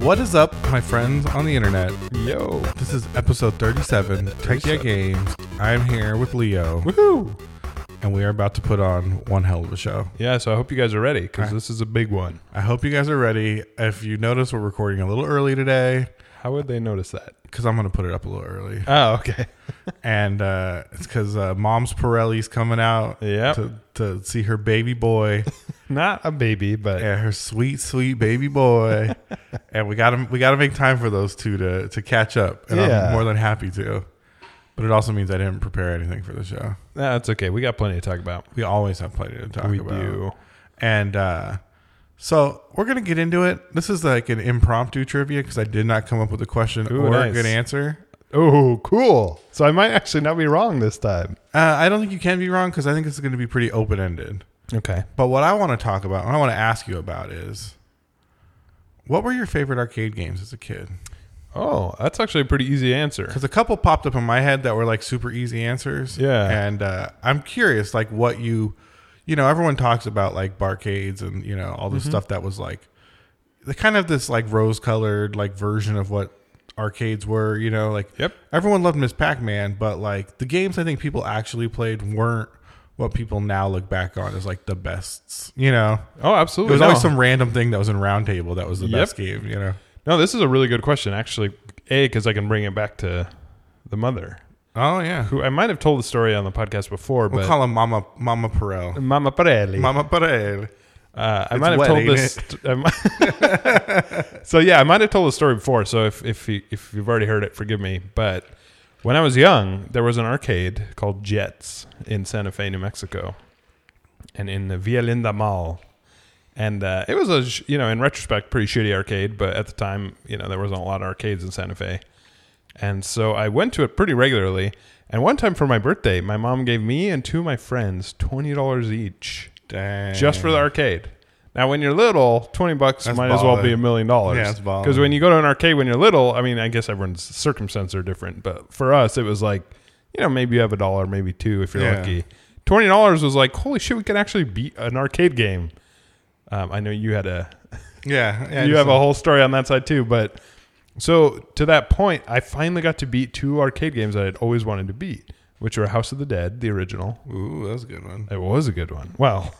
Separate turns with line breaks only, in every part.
What is up, my friends on the internet?
Yo.
This is episode 37, Tech Yeah Games. I'm here with Leo,
Woohoo.
and we are about to put on one hell of a show.
Yeah, so I hope you guys are ready because this is a big one.
I hope you guys are ready. If you notice, we're recording a little early today
How would they notice that?
because I'm going to put it up a little early.
Oh, okay.
and uh, it's because uh, Mom's Pirelli's coming out
Yep.
to, to see her baby boy.
Not a baby, but
Yeah, her sweet, sweet baby boy. and we got to we got to make time for those two to to catch up. And
Yeah.
I'm more than happy to. But it also means I didn't prepare anything for the show.
Nah, that's okay. We got plenty to talk about.
We always have plenty to talk
We
about.
do.
And uh, so we're gonna get into it. This is like an impromptu trivia because I did not come up with a question
Ooh,
or a
nice.
good answer.
Oh, cool. So I might actually not be wrong this time.
Uh, I don't think you can be wrong because I think it's going to be pretty open ended.
Okay.
But what I want to talk about, what I want to ask you about, is what were your favorite arcade games as a kid?
Oh, that's actually a pretty easy answer.
Because a couple popped up in my head that were like super easy answers.
Yeah.
and uh, I'm curious, like what you, you know, everyone talks about like barcades and you know all the
Mm-hmm.
stuff that was like the kind of this like rose colored like version of what arcades were. You know, like
Yep.
everyone loved Miss Pac Man, but like the games I think people actually played weren't what people now look back on as like the bests. You know,
Oh,
it
absolutely.
was always
No.
some random thing that was in Roundtable that was the
Yep.
best game. You know.
No, this is a really good question, actually. A, because I can bring it back to the mother,
Oh yeah.
who I might have told the story on the podcast before,
We'll
but
call him Mama Mama Perel.
Mama Parelli.
Mama Perel.
Uh, I
It's
might have
wet,
told
ain't
this. I might- so yeah, I might have told the story before. So if if you, if you've already heard it, forgive me. But when I was young, there was an arcade called Jets in Santa Fe, New Mexico, and in the Via Linda Mall. And uh, it was a sh- you know in retrospect pretty shitty arcade, but at the time you know there wasn't a lot of arcades in Santa Fe, and so I went to it pretty regularly. And one time for my birthday, my mom gave me and two of my friends twenty dollars each
Dang.
just for the arcade. Now, when you're little, twenty bucks
That's
might as well be
ballin'.
a million dollars.
Yeah, that's ballin'.
Because when you go to an arcade when you're little, I mean, I guess everyone's circumstances are different, but for us, it was like, you know, maybe you have a dollar, maybe two if you're
Yeah.
lucky. Twenty dollars was like, holy shit, we could actually beat an arcade game. Um, I know you had a
Yeah, yeah,
you
just
have a whole story on that side too, but so to that point, I finally got to beat two arcade games that I'd always wanted to beat, which were House of the Dead, the original.
Ooh, that was a good one.
It was a good one. Well,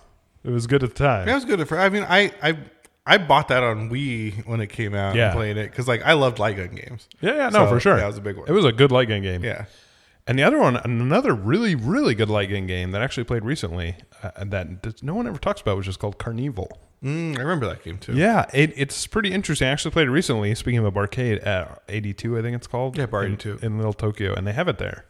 it was good at the time.
That was good. For, I mean, I, I I bought that on Wii when it came out.
Yeah.
and played it because like I loved light gun games.
Yeah, yeah, no,
So,
for sure.
That was a big one.
It was a good light gun game.
yeah,
And the other one, another really, really good light gun game that I actually played recently uh, that does- no one ever talks about, which is called Carnival.
mm, I remember that game too.
Yeah, it, it's pretty interesting. I actually played it recently, speaking of a barcade at 82, I think it's called.
Yeah, Bar
in-
82.
In, Little Tokyo, and they have it there.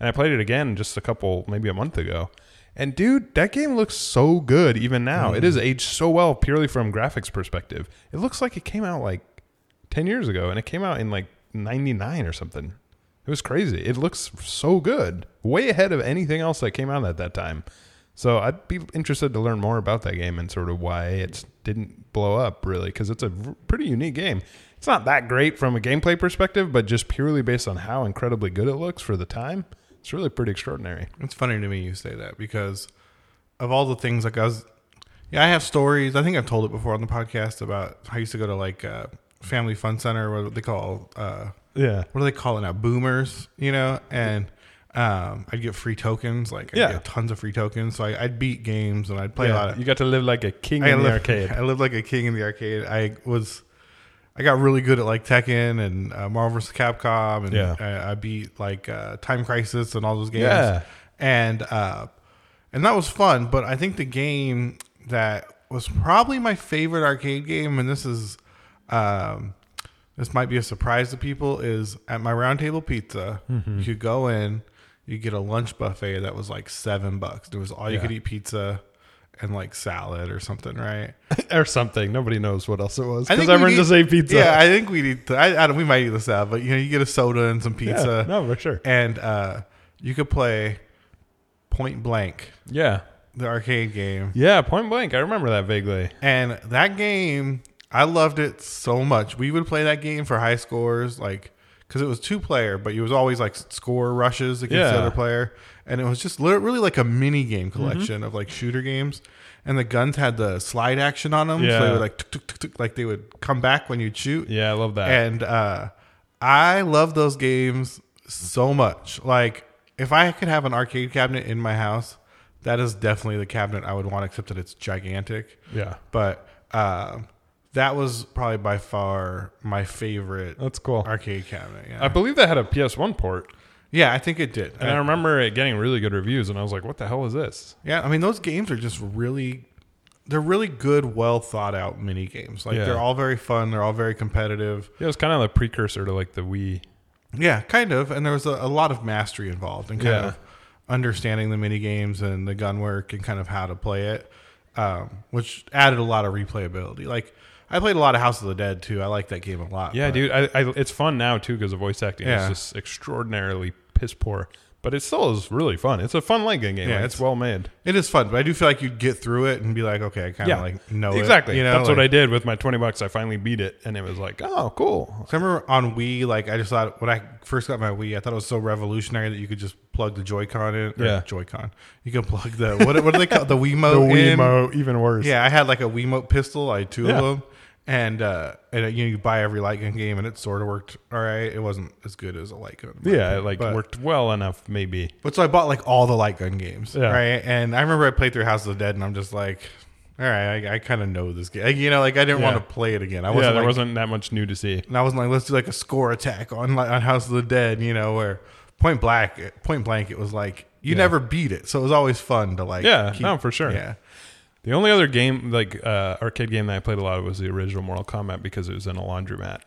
And I played it again just a couple, maybe a month ago. And dude, that game looks so good even now.
Mm.
It is aged so well purely from graphics perspective. It looks like it came out like 10 years ago, and it came out in like 99 or something. It was crazy. It looks so good, way ahead of anything else that came out at that time. So I'd be interested to learn more about that game and sort of why it didn't blow up, really, because it's a v- pretty unique game. It's not that great from a gameplay perspective, but just purely based on how incredibly good it looks for the time, it's really pretty extraordinary.
It's funny to me you say that because of all the things like I was. Yeah, I have stories. I think I've told it before on the podcast about I used to go to like uh, Family Fun Center, what they call uh,
Yeah.
what do they call it now? Boomers, you know, and um, I'd get free tokens, like I'd
Yeah.
get tons of free tokens. So I, I'd beat games and I'd play a lot. Of,
You got to live like a king
I
in the
lived-
arcade.
I lived like a king in the arcade. I was, I got really good at like Tekken and uh, Marvel vs. Capcom, and
Yeah.
I, I beat like uh, Time Crisis and all those games.
Yeah.
and uh, and that was fun. But I think the game that was probably my favorite arcade game, and this is, um, this might be a surprise to people, is at my Roundtable Pizza.
Mm-hmm.
You could go in. You get a lunch buffet that was like seven bucks. There was all you
Yeah.
could eat pizza and like salad or something, right?
or something. Nobody knows what else it was
I
because
think
everyone
we'd
just
eat-
ate pizza.
Yeah, I think we need. To, I, I don't, we might eat this out, but you know, you get a soda and some pizza,
Yeah, no, for sure.
and uh, you could play Point Blank,
Yeah,
the arcade game,
yeah. Point blank, I remember that vaguely.
and that game I loved it so much. We would play that game for high scores, like because it was two player, but you was always like score rushes against the
Yeah. Mm-hmm.
other player, and it was just lit- really like a mini game collection of like shooter games. And the guns had the slide action on them, so they
Yeah.
would like tuk, tuk, tuk, tuk, like they would come back when you'd shoot.
Yeah, I love that.
And uh, I love those games so much. Like, if I could have an arcade cabinet in my house, that is definitely the cabinet I would want, except that it's gigantic.
yeah,
But uh, that was probably by far my favorite
that's cool.
arcade cabinet. Yeah.
I believe that had a PS1 port,
yeah, I think it did.
and I remember it getting really good reviews. And I was like, "What the hell is this?"
Yeah, I mean those games are just really they're really good, well thought out mini games. Like
Yeah.
they're all very fun, they're all very competitive.
Yeah, it was kind of the precursor to like the Wii.
Yeah, kind of. And there was a, a lot of mastery involved and kind
Yeah.
of understanding the mini games and the gun work and kind of how to play it, um, which added a lot of replayability. Like I played a lot of House of the Dead too. I like that game a lot.
Yeah,
but-
dude, I, I, it's fun now too because the voice acting
Yeah.
is just extraordinarily piss poor, but it still is really fun. It's a fun leg game.
Yeah,
like,
it's-
it's well made.
It is fun, but I do feel like you'd get through it and be like, okay, I kind of like know it,
exactly.
You know,
that's
like-
what I did with my twenty bucks. I finally beat it, and it was like, oh, cool.
So I remember on Wii, like I just thought when I first got my Wii, I thought it was so revolutionary that you could just plug the Joy-Con in. or
Yeah.
Joy-Con. You can plug the what? What do they call the Wiimote? in.
even worse.
Yeah, I had like a Wiimote pistol. I had two
Yeah.
of them, and uh, and uh, you, know, you buy every light gun game, and it sort of worked all right. It wasn't as good as a light gun. in my
yeah,
opinion,
it like
but-
worked well enough, maybe.
But so I bought like all the light gun games,
Yeah.
right? And I remember I played through House of the Dead, and I'm just like, all right, I, I kind of know this game. Like, you know, like I didn't
Yeah.
want to play it again. I
yeah,
wasn't
there
like,
wasn't that much new to see.
and I wasn't like, let's do like a score attack on like on House of the Dead, you know, where point black, point blank, it was like you
Yeah.
never beat it, so it was always fun to like,
Yeah, no, for sure.
yeah,
The only other game, like uh, arcade game that I played a lot of was the original Mortal Kombat because it was in a laundromat.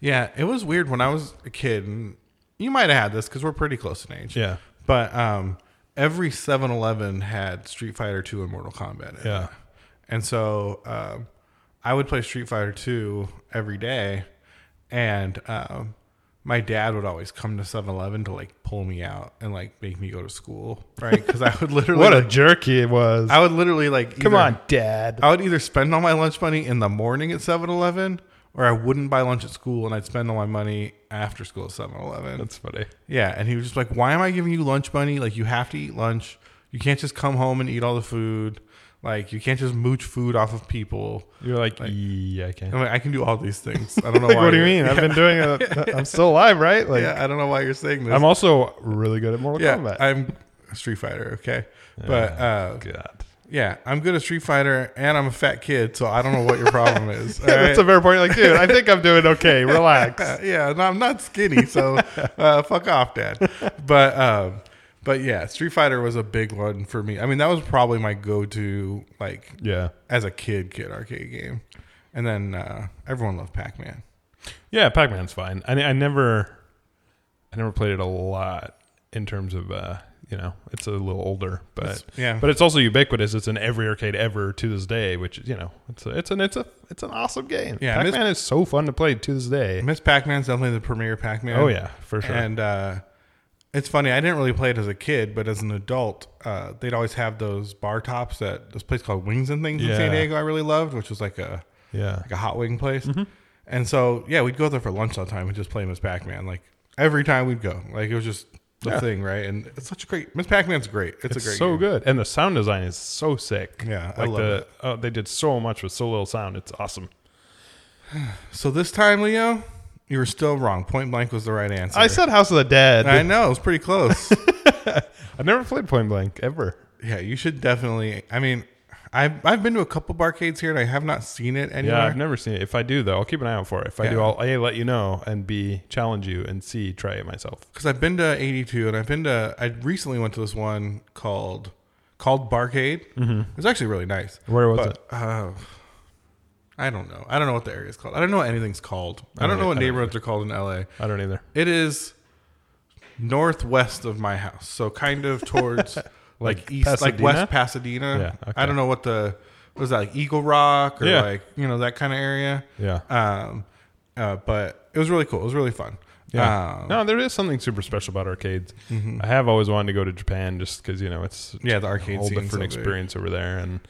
yeah. It was weird when I was a kid, and you might have had this because we're pretty close in age,
Yeah,
But um, every 7-Eleven had Street Fighter Two and Mortal Kombat, in it.
Yeah.
And so um, I would play Street Fighter Two every day, and um, my dad would always come to 7-Eleven to like pull me out and like make me go to school, right? Because I would literally,
what a
like,
jerky it was!
I would literally like,
Come
either-
on, Dad.
I would either spend all my lunch money in the morning at 7-Eleven, or I wouldn't buy lunch at school and I'd spend all my money after school at 7-Eleven.
That's funny.
Yeah, and he was just like, "Why am I giving you lunch money? Like, you have to eat lunch. You can't just come home and eat all the food. Like, you can't just mooch food off of people.
You're like, yeah, I can't.
I'm like, I can do all these things. I don't know
Like,
why.
what do you
you're-
mean? I've been doing it. I'm still alive, right? Like,
yeah, I don't know why you're saying this.
I'm also really good at Mortal
yeah,
Kombat.
I'm a Street Fighter. Okay, but uh,
God.
yeah, I'm good at Street Fighter, and I'm a fat kid, so I don't know what your problem is.
Yeah,
all
That's a fair point. Like, dude, I think I'm doing okay. Relax.
Uh, yeah, no, I'm not skinny, so uh, fuck off, Dad. But um, but yeah, Street Fighter was a big one for me. I mean, that was probably my go-to like
yeah.
as a kid kid arcade game, and then uh, everyone loved Pac-Man.
Yeah, Pac Man's fine. I, I never, I never played it a lot in terms of, uh, you know, it's a little older, but
yeah.
but it's also ubiquitous. It's in every arcade ever to this day, which you know, it's a, it's an it's a it's an awesome game.
Yeah, and
Pac
it's-
Man is so fun to play to this day.
Miss Pac-Man's definitely the premier Pac-Man.
Oh yeah, for sure.
and uh, it's funny. I didn't really play it as a kid, but as an adult, uh, they'd always have those bar tops at this place called Wings and Things in San
Yeah.
Diego. I really loved, which was like a
yeah,
like a hot wing place.
Mm-hmm.
And so, yeah, we'd go there for lunch all the time and just play Miss Pac Man. Like every time we'd go, like it was just the
Yeah.
thing, right? And it's such a great Miss Pac Man's great. It's, a
it's
great
so
game.
good, and the sound design is so sick.
Yeah, I
like
love
the oh, they did so much with so little sound. It's awesome.
So this time, Leo, you were still wrong. Point blank was the right answer.
I said House of the Dead.
I know it was pretty close.
I've never played Point Blank ever.
yeah, you should definitely. I mean, I've I've been to a couple barcades here and I have not seen it anywhere.
Yeah, I've never seen it. If I do, though, I'll keep an eye out for it. If I do,
Yeah.
I'll A, let you know, and B, challenge you, and C, try it myself.
because I've been to 82 and I've been to I recently went to this one called called Barcade. Mm-hmm. It was actually really nice.
Where was
it? Uh, I don't know. I don't know what the area's called. I don't know what anything's called. I don't
don't
know what
e- I don't
neighborhoods are called in LA.
I don't either.
It is northwest of my house, so kind of towards like,
Like
east, like
Pasadena?
west Pasadena.
Yeah,
I
okay.
don't know what the what is that like Eagle Rock or
Yeah.
like you know that kind of area.
Yeah.
Um, uh, but it was really cool. It was really fun.
Yeah.
Um, Mm-hmm.
no, there is something super special about arcades. I have always wanted to go to Japan just because, you know, it's a
Yeah, the arcade
whole
scene's
different
so big.
experience over there. And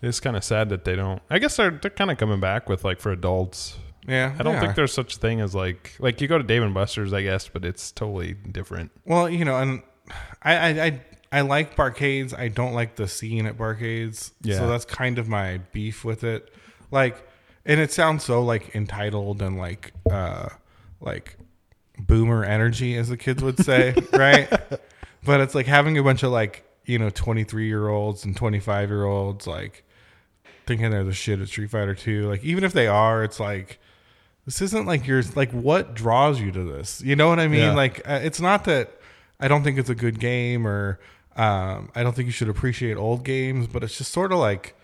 it's kind of sad that they don't. I guess they're, they're kind of coming back with, like, for adults,
Yeah,
I don't
they
think
are.
there's such thing as like like you go to Dave and Buster's, I guess, but it's totally different.
Well, you know, and I I I, I like barcades. I don't like the scene at barcades.
Yeah.
So that's kind of my beef with it. Like, and it sounds so like entitled and like uh like boomer energy, as the kids would say, right? But it's like having a bunch of like you know twenty three year olds and twenty five year olds like thinking they're the shit at Street Fighter Two. Like even if they are, it's like this isn't like yours. Like what draws you to this? You know what I mean?
Yeah.
Like uh, it's not that I don't think it's a good game or um, I don't think you should appreciate old games, but it's just sort of like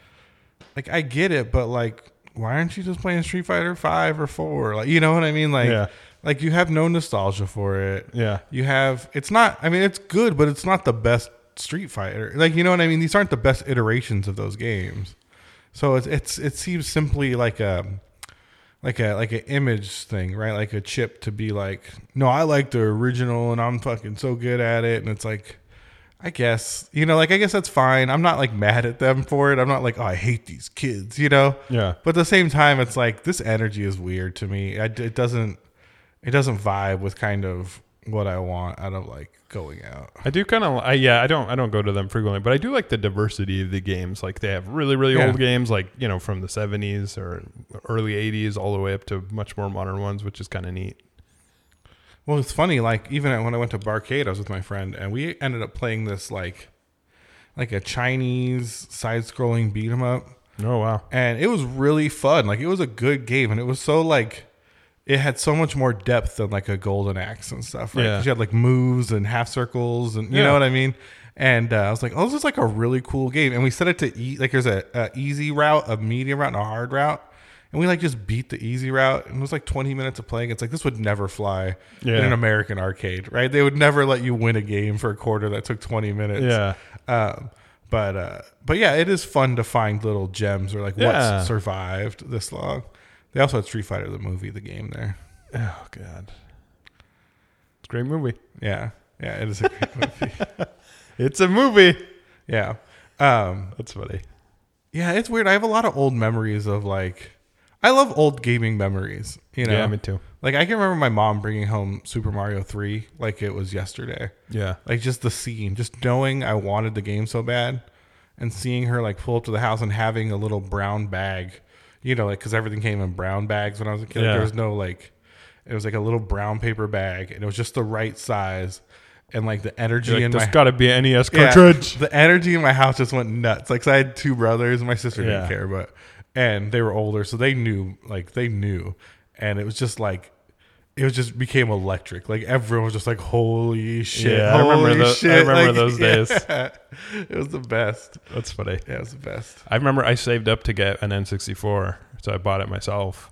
like I get it, but like why aren't you just playing Street Fighter Five or Four? Like you know what I mean? Like
Yeah.
like you have no nostalgia for it.
Yeah.
You have it's not I mean it's good, but it's not the best Street Fighter. Like you know what I mean? These aren't the best iterations of those games. So it's it's it seems simply like a like a like an image thing, right? Like a chip to be like, no, I like the original and I'm fucking so good at it and it's like I guess, you know, like I guess that's fine. I'm not like mad at them for it. I'm not like, oh, I hate these kids, you know?
Yeah.
But at the same time, it's like this energy is weird to me. I, it doesn't it doesn't vibe with kind of what I want out of like going out.
I do kind of, I, yeah, I don't, I don't go to them frequently, but I do like the diversity of the games. Like they have really, really
Yeah.
old games, like you know, from the '70s or early '80s, all the way up to much more modern ones, which is kind of neat.
Well, it's funny. Like even when I went to Barcade, I was with my friend, and we ended up playing this like like a Chinese side-scrolling beat 'em up.
Oh wow,
and it was really fun. Like it was a good game, and it was so like it had so much more depth than like a golden axe and stuff. Right?
Yeah.
'Cause You had like moves and half circles, and you
Yeah.
know what I mean. And uh, I was like, oh, this is like a really cool game. And we set it to eat like there's a, a easy route, a medium route, and a hard route. And we like just beat the easy route, and it was like 20 minutes of playing. It's like this would never fly in
Yeah.
an American arcade, right? They would never let you win a game for a quarter that took 20 minutes.
yeah,
Um, but uh, but yeah, it is fun to find little gems or like
Yeah.
what's survived this long. They also had Street Fighter the movie, the game there.
oh god, it's a great movie.
Yeah, yeah, it is a great movie.
It's a movie.
Yeah, um,
That's funny.
yeah, it's weird. I have a lot of old memories of like, I love old gaming memories. You know,
Yeah, me too.
like I can remember my mom bringing home Super Mario Three like it was yesterday.
Yeah,
like just the scene, just knowing I wanted the game so bad, and seeing her like pull up to the house and having a little brown bag, you know, like because everything came in brown bags when I was a kid. Like,
Yeah.
there was no like, it was like a little brown paper bag, and it was just the right size, and like the energy
You're like,
in
there's
my
got to be an NES
yeah,
cartridge.
the energy in my house just went nuts. Like 'cause I had two brothers, and my sister didn't
Yeah.
care, but and they were older, so they knew, like they knew, and it was just like. It was just became electric. Like everyone was just like, "Holy shit!"
Yeah, I remember
holy
tho- I
shit.
remember
Like,
those
yeah.
days.
It was the best.
That's funny.
Yeah, it was the best.
I remember I saved up to get an N64, so I bought it myself,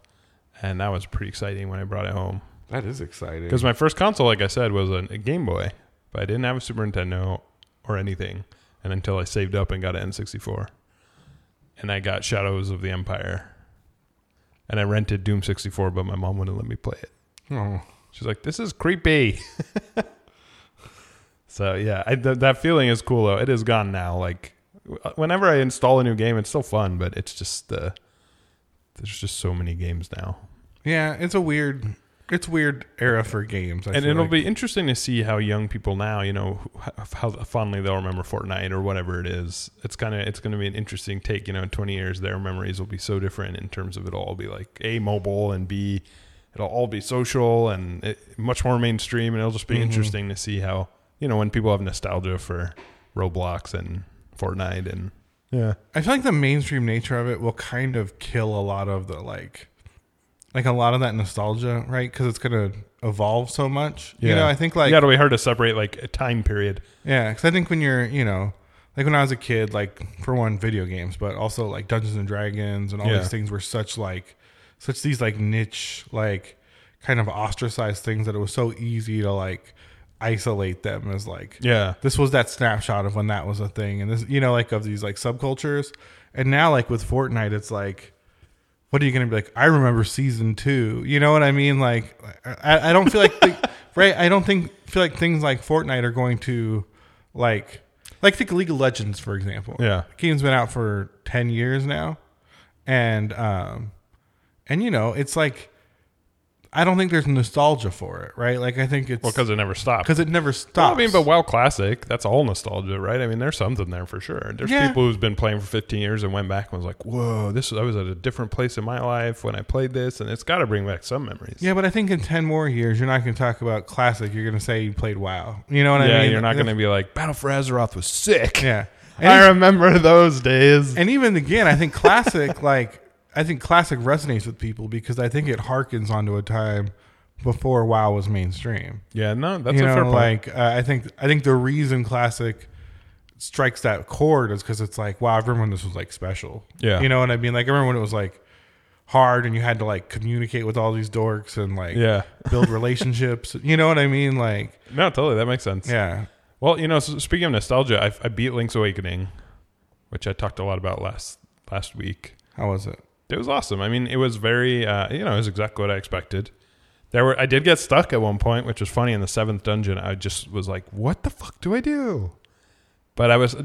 and that was pretty exciting when I brought it home.
That is exciting.
Because my first console, like I said, was an- a Game Boy, but I didn't have a Super Nintendo or anything, and until I saved up and got an N64, and I got Shadows of the Empire, and I rented Doom 64, but my mom wouldn't let me play it.
Oh.
She's like, "This is creepy." so yeah, I, th- that feeling is cool though. It is gone now. Like w- whenever I install a new game, it's still fun, but it's just uh, there's just so many games now,
Yeah, it's a weird, it's weird era for games. I
and
feel
it'll
like.
be interesting to see how young people now, you know, wh- how fondly they'll remember Fortnite or whatever it is. It's kind of it's going to be an interesting take. You know, in 20 years, their memories will be so different in terms of it'll all be like a mobile and b it'll all be social and it, much more mainstream, and it'll just be
Mm-hmm.
interesting to see how you know when people have nostalgia for Roblox and Fortnite and yeah,
I feel like the mainstream nature of it will kind of kill a lot of the like, like a lot of that nostalgia, right? Because it's gonna evolve so much. You know, I think like
yeah, it'll be hard to separate like a time period.
yeah, because I think when you're you know, like when I was a kid, like for one, video games, but also like Dungeons and Dragons and all
Yeah.
these things were such like, such these like niche like kind of ostracized things that it was so easy to like isolate them as like
Yeah,
this was that snapshot of when that was a thing and this you know like of these like subcultures and now like with fortnite it's like what are you gonna be like i remember season two you know what i mean like i, I don't feel like the, right i don't think feel like things like fortnite are going to like like think league of legends for example
yeah,
the game's been out for 10 years now and um and you know it's like I don't think there's nostalgia for it, right? Like I think it's
Well,
because
because it never stopped.
it never
Well, I
stops.
mean, but WoW Classic, that's all nostalgia, right? I mean, there's something there for sure. There's
Yeah.
people who's been playing for 15 years and went back and was like, whoa, this is, I was at a different place in my life when I played this, and it's got to bring back some memories.
yeah, but I think in ten more years, you're not going to talk about classic. You're going to say you played WoW. You know what
yeah
I mean?
you're not going to be like, Battle for Azeroth was sick.
Yeah, and,
I remember those days.
and even again, I think classic, like I think classic resonates with people because I think it harkens onto a time before WoW was mainstream.
yeah, no, that's
you
a
know,
fair point.
like uh, I think I think the reason classic strikes that chord is because it's like, wow, I remember when this was like special.
Yeah.
you know what I mean. Like I remember when it was like hard and you had to like communicate with all these dorks and like
yeah.
build relationships. You know what I mean? Like
No, totally. That makes sense.
yeah,
Well, you know, s speaking of nostalgia, I, I beat Link's Awakening, which I talked a lot about last last week.
how was it?
It was awesome. I mean, it was very, uh, you know, it was exactly what I expected. There were, I did get stuck at one point, which was funny. In the seventh dungeon, I just was like, "What the fuck do I do?" But I was, uh,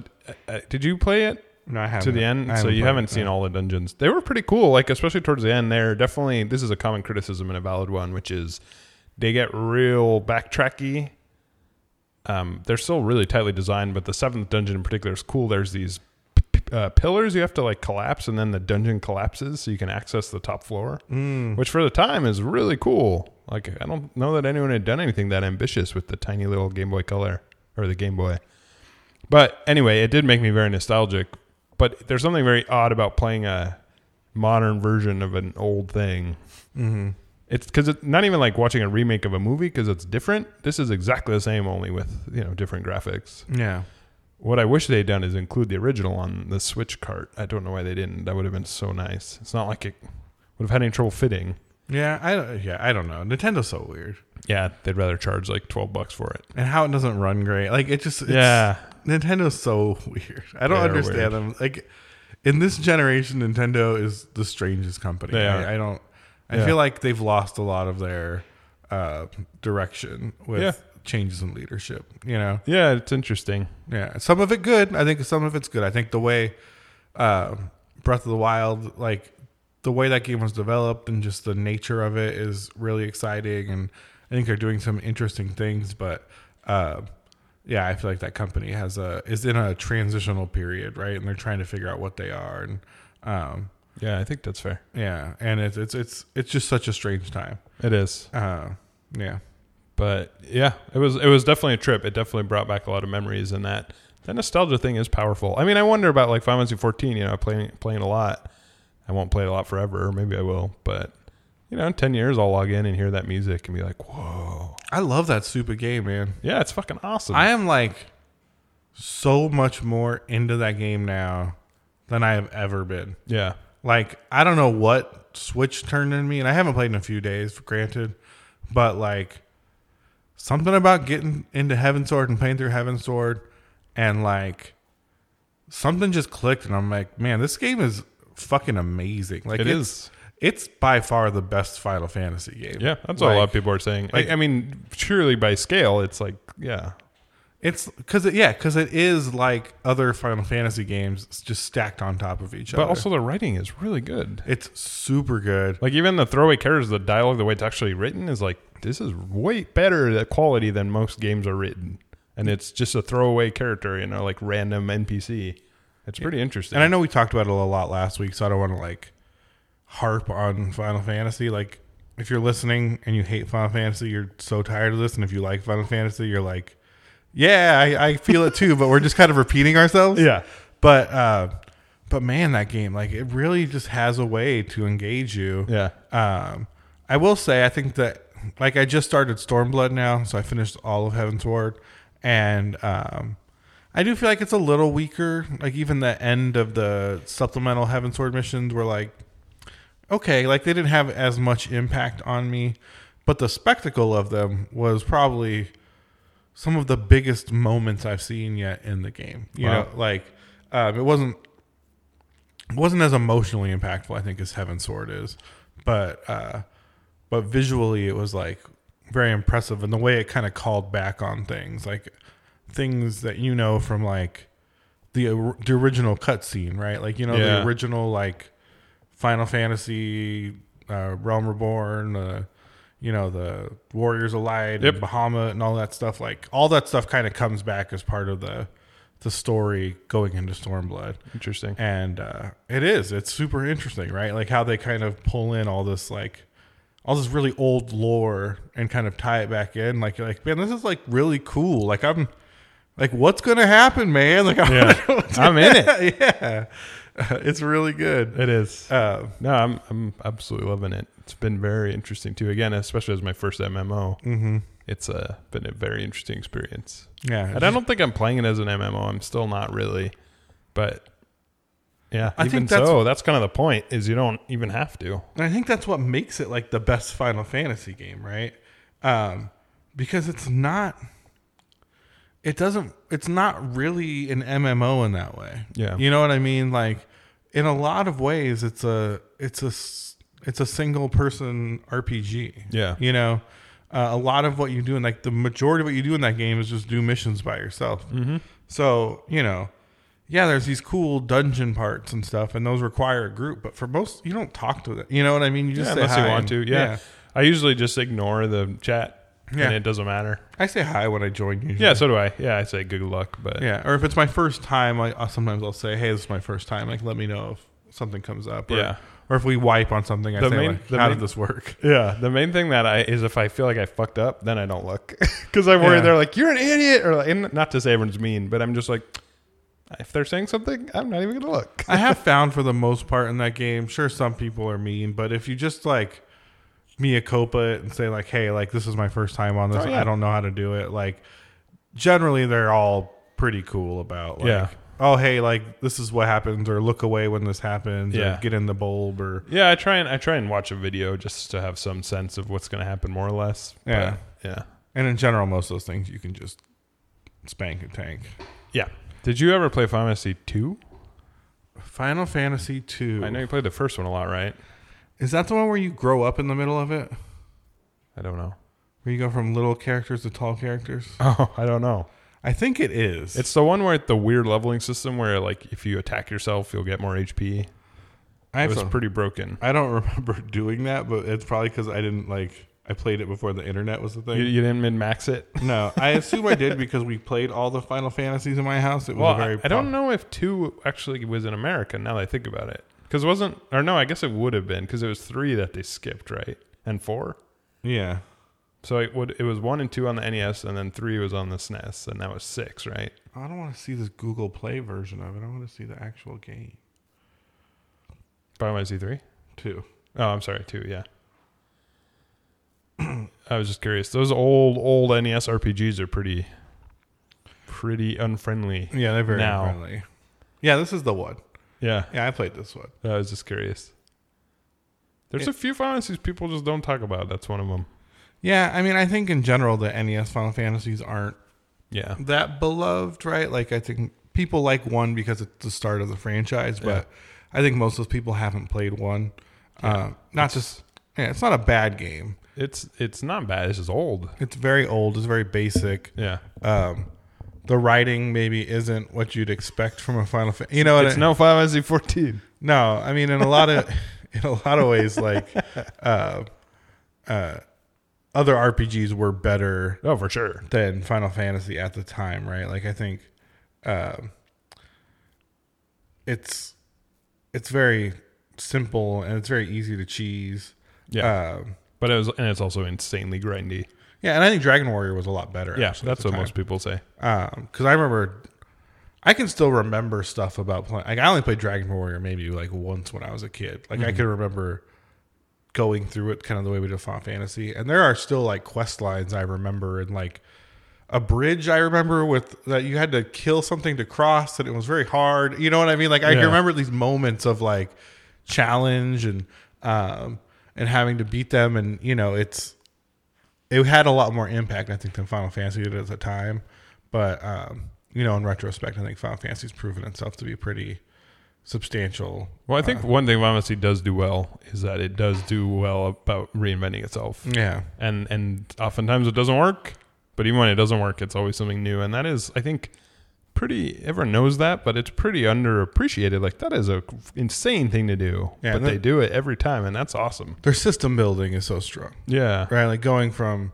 uh, did you play it
No, I haven't
to the end?
I
so you
played
haven't
it,
seen
no.
all the dungeons. They were pretty cool. Like especially towards the end, they're definitely. This is a common criticism and a valid one, which is they get real backtracky. Um, they're still really tightly designed, but the seventh dungeon in particular is cool. There's these p- p- uh, pillars you have to like collapse, and then the dungeon collapses, so you can access the top floor,
Mm.
which for the time is really cool. Like I don't know that anyone had done anything that ambitious with the tiny little Game Boy Color or the Game Boy. But anyway, it did make me very nostalgic. But there's something very odd about playing a modern version of an old thing.
hmm
It's because it's not even like watching a remake of a movie because it's different. This is exactly the same, only with you know different graphics.
Yeah,
What I wish they'd done is include the original on the Switch cart. I don't know why they didn't. That would have been so nice. It's not like it would have had any trouble fitting.
yeah, I don't- yeah, I don't know. Nintendo's so weird,
Yeah, they'd rather charge like twelve bucks for it.
and how it doesn't run great. Like it just it's,
yeah,
Nintendo's so weird. I don't
They are
understand
weird.
them. Like in this generation, Nintendo is the strangest company.
They
I,
are.
I don't. I
Yeah.
feel like they've lost a lot of their uh, direction with
Yeah.
changes in leadership. You know,
yeah, it's interesting.
yeah, some of it good. I think some of it's good. I think the way uh, Breath of the Wild, like the way that game was developed and just the nature of it, is really exciting. And I think they're doing some interesting things. But uh, yeah, I feel like that company has a is in a transitional period, right? And they're trying to figure out what they are. And um,
Yeah, I think that's fair.
yeah, and it's it's it's it's just such a strange time.
It is.
Uh, yeah,
but yeah, it was it was definitely a trip. It definitely brought back a lot of memories, and that that nostalgia thing is powerful. I mean, I wonder about like Final Fantasy 14. You know, I playing playing a lot. I won't play it a lot forever, or maybe I will. But you know, in 10 years, I'll log in and hear that music and be like, whoa,
I love that stupid game, man.
yeah, it's fucking awesome.
I am like so much more into that game now than I have ever been.
yeah,
Like I don't know what switch turned in me, and I haven't played in a few days, granted, but like something about getting into Heaven Sword and playing through Heaven Sword, and like something just clicked, and I'm like, man, this game is fucking amazing. Like
it
it's,
is.
It's by far the best Final Fantasy game.
Yeah, that's what
like,
a lot of people are saying.
like-
I, I mean, surely by scale, it's like yeah,
It's because it, yeah, because it is like other Final Fantasy games, it's just stacked on top of each
but
other.
also the writing is really good.
it's super good.
Like even the throwaway characters, the dialogue, the way it's actually written is like this is way better the quality than most games are written, and it's just a throwaway character, you know, like random NPC. It's pretty interesting.
And I know we talked about it a lot last week, so I don't want to like harp on Final Fantasy. Like, if you're listening and you hate Final Fantasy, you're so tired of this. And if you like Final Fantasy, you're like, yeah, I, I feel it too. but we're just kind of repeating ourselves.
yeah,
But uh, but man, that game like it really just has a way to engage you.
yeah,
Um, I will say, I think that like I just started Stormblood now, so I finished all of Heaven's Ward, and um, I do feel like it's a little weaker. Like even the end of the supplemental Heaven's Ward missions were like okay, like they didn't have as much impact on me, but the spectacle of them was probably some of the biggest moments I've seen yet in the game. You
Wow.
know, like um, it wasn't it wasn't as emotionally impactful, I think, as Heaven Sword is, but uh, but visually it was like very impressive, and the way it kind of called back on things, like things that you know from like the or- the original cutscene, right? Like you know
Yeah.
the original like Final Fantasy, uh, Realm Reborn, uh, you know the Warriors Allied,
Yep.
and Bahama, and all that stuff. Like all that stuff kind of comes back as part of the the story going into Stormblood,
Interesting.
and uh, it is it's super interesting, right? Like how they kind of pull in all this like all this really old lore and kind of tie it back in. Like you're like man, this is like really cool. Like I'm. Like what's gonna happen, man? Like I don't
Yeah.
know what's
I'm in it.
yeah, it's really good.
It is.
Uh,
No, I'm I'm absolutely loving it. It's been very interesting too. Again, especially as my first MMO,
mm-hmm.
it's uh, been a very interesting experience.
Yeah,
And I don't think I'm playing it as an MMO. I'm still not really, but yeah,
I
even
think that's-
so, that's kind of the point. Is you don't even have to.
And I think that's what makes it like the best Final Fantasy game, right? Um, because it's not, it doesn't, it's not really an MMO in that way.
Yeah.
you know what I mean. Like in a lot of ways, it's a, it's a, s- it's a single person RPG.
Yeah.
you know, uh, a lot of what you do in like the majority of what you do in that game is just do missions by yourself. Mm-hmm. So you know. Yeah, there's these cool dungeon parts and stuff, and those require a group. But for most, you don't talk to them. You know what I mean? You just
Yeah,
say
unless
hi
you want
and-
to. Yeah. I usually just ignore the chat,
Yeah.
and it doesn't matter.
I say hi when I join usually.
Yeah, so do I. Yeah, I say good luck, but
Yeah. Or if it's my first time, I I'll, sometimes I'll say, "Hey, this is my first time. Like, let me know if something comes up." Or,
Yeah.
Or if we wipe on something, I
The
say,
main-
like,
the
"How
main-
did this work?"
Yeah, the main thing that I is if I feel like I fucked up, then I don't look because I worry
Yeah.
they're like you're an idiot or like, and not to say everyone's mean, but I'm just like if they're saying something, I'm not even gonna look.
I have found for the most part in that game, sure, some people are mean, but if you just like mea culpa it and say like, "Hey, like this is my first time on this.
Oh, yeah.
I don't know how to do it," like generally they're all pretty cool about like,
Yeah.
"Oh, hey, like this is what happens," or "Look away when this happens,"
Yeah.
or "Get in the bulb," or
Yeah, I try and I try and watch a video just to have some sense of what's gonna happen more or less. but
Yeah.
yeah,
And in general, most of those things you can just spank and tank.
yeah. Did you ever play Final Fantasy two?
Final Fantasy two.
I know you played the first one a lot, right?
Is that the one where you grow up in the middle of it?
I don't know.
Where you go from little characters to tall characters?
Oh, I don't know.
I think it is.
It's the one where it's the weird leveling system where like if you attack yourself, you'll get more HP.
I,
It
have
was
to-
pretty broken.
I don't remember doing that, but it's probably because I didn't like I played it before the internet was a thing.
You, you didn't min max it.
no, I assume I did because we played all the Final Fantasies in my house. It was
Well,
a very
I, I don't know if two actually was in America. Now that I think about it, because wasn't or no, I guess it would have been because it was three that they skipped, right? And four,
Yeah,
so it would it was one and two on the NES, and then three was on the SNES, and that was six, right?
I don't want to see this Google Play version of it. I want to see the actual game
Final Fantasy three.
too.
Oh, I'm sorry, two. Yeah. I was just curious. Those old old E NES RPGs are pretty pretty unfriendly.
Yeah, they're very
Now.
friendly. Yeah, this is the one.
Yeah,
Yeah, I played this one.
I was just curious. There's
Yeah.
a few Final Fantasies people just don't talk about. That's one of them.
Yeah, I mean, I think in general the NES Final Fantasies aren't
Yeah.
that beloved, right? Like, I think people like one because it's the start of the franchise, but I think most of those people haven't played one. Uh, not just, yeah, it's not a bad game.
It's it's not bad. It's just old.
It's very old. It's very basic.
Yeah.
Um, the writing maybe isn't what you'd expect from a Final Fantasy. You know what?
It's
I-
no Final Fantasy 14.
No, I mean in a lot of in a lot of ways, like uh, uh, other RPGs were better
Oh, for sure.
than Final Fantasy at the time, right? Like I think um, it's it's very simple and it's very easy to cheese.
Yeah.
um,
but it was, and it's also insanely grindy.
yeah, and I think Dragon Warrior was a lot better.
Yeah,
actually, at
that's
the
what
time.
most people say.
Um, because I remember, I can still remember stuff about playing. Like I only played Dragon Warrior maybe like once when I was a kid. Like I could remember going through it kind of the way we did Final Fantasy, and there are still like quest lines I remember and like a bridge I remember with that you had to kill something to cross, and it was very hard. You know what I mean? Like I
Yeah.
can remember these moments of like challenge and um and having to beat them, and you know it's it had a lot more impact, I think, than Final Fantasy did at the time. But um, you know, in retrospect, I think Final Fantasy's proven itself to be pretty substantial.
Well, I
Uh.
think one thing Final Fantasy does do well is that it does do well about reinventing itself.
Yeah,
And and oftentimes it doesn't work, but even when it doesn't work, it's always something new. And that is, I think, pretty everyone knows that, but it's pretty underappreciated. Like that is a insane thing to do,
Yeah,
but
that-
they do it every time, and that's awesome.
Their system building is so strong,
Yeah,
right? Like going from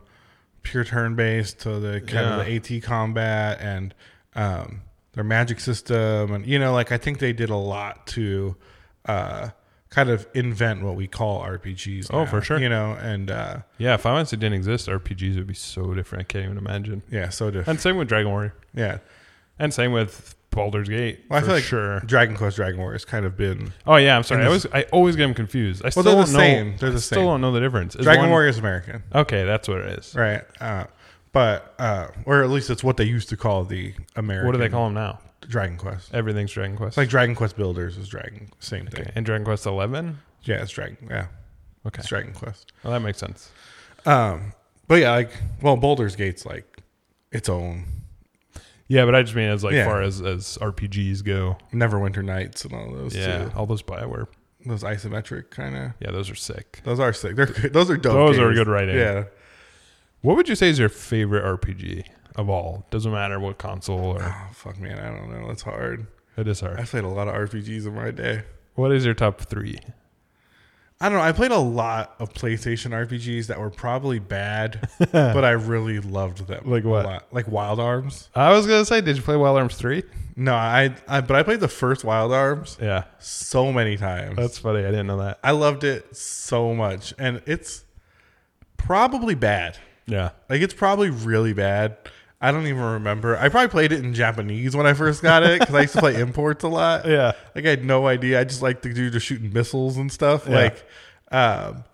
pure turn based to the kind
Yeah.
of the AT combat and um, their magic system, and you know, like I think they did a lot to uh, kind of invent what we call RPGs.
Oh,
now,
for sure.
You know, and uh,
yeah. If Final Fantasy didn't exist, RPGs would be so different. I can't even imagine.
yeah, so different.
And same with Dragon Warrior,
Yeah,
and same with Baldur's Gate.
Well, I
for
feel like-
sure.
Dragon Quest, Dragon War has kind of been
Oh yeah, I'm sorry. I
And
always I always get them confused. I still
they're the
don't know.
same. They're the
I still
same.
don't know the difference. Is
Dragon
one-
Warrior is American,
Okay, that's what it is.
right? Uh, but uh, or at least it's what they used to call the American.
What do they call them now?
Dragon Quest?
Everything's Dragon Quest.
It's like Dragon Quest Builders is Dragon, same thing.
okay. and Dragon Quest Eleven.
Yeah, it's Dragon. Yeah,
Okay,
it's Dragon Quest.
well, that makes sense.
Um, but yeah, like well, Boulder's Gate's like its own
Yeah, but I just mean as like
Yeah.
far as as RPGs go.
Neverwinter Nights and all those.
Yeah,
too.
all those Bioware.
those isometric kind of.
Yeah, those are sick.
Those are sick. They're good. those are dope.
Those are
games.
good writing.
Yeah.
What would you say is your favorite RPG of all? Doesn't matter what console or
Oh fuck, man, I don't know. It's hard.
it is hard.
I played a lot of RPGs in my day.
What is your top three?
I don't know. I played a lot of PlayStation RPGs that were probably bad, but I really loved them.
Like
a
what?
lot. Like Wild Arms.
I was gonna say, did you play Wild Arms three?
No, I, I. But I played the first Wild Arms
Yeah,
so many times.
that's funny. I didn't know that.
I loved it so much, and it's probably bad.
Yeah,
Like it's probably really bad. I don't even remember. I probably played it in Japanese when I first got it because I used to play imports a lot.
yeah.
Like I had no idea. I just like the dude just shooting missiles and stuff.
Yeah.
Like, um,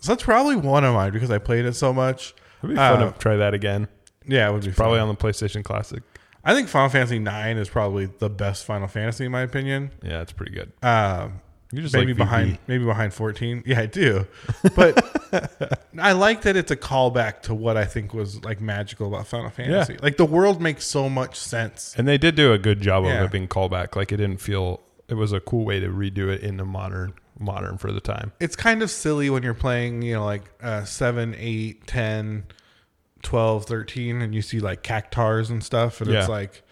so that's probably one of mine because I played it so much.
It'd be fun
Uh,
to try that again.
Yeah, it would be
Probably
Fun.
on the PlayStation Classic.
I think Final Fantasy Nine is probably the best Final Fantasy in my opinion.
Yeah, it's pretty good.
Um,
You just
maybe
like VB.
behind maybe behind 14 yeah i do but i like that it's a callback to what i think was like magical about final fantasy like the world makes so much sense
And they did do a good job
Yeah.
of it being callback. Like it didn't feel it was a cool way to redo it in the modern modern for the time.
it's kind of silly when you're playing you know like uh, 7 8 10 12 13 and you see like cactars and stuff and
Yeah.
it's like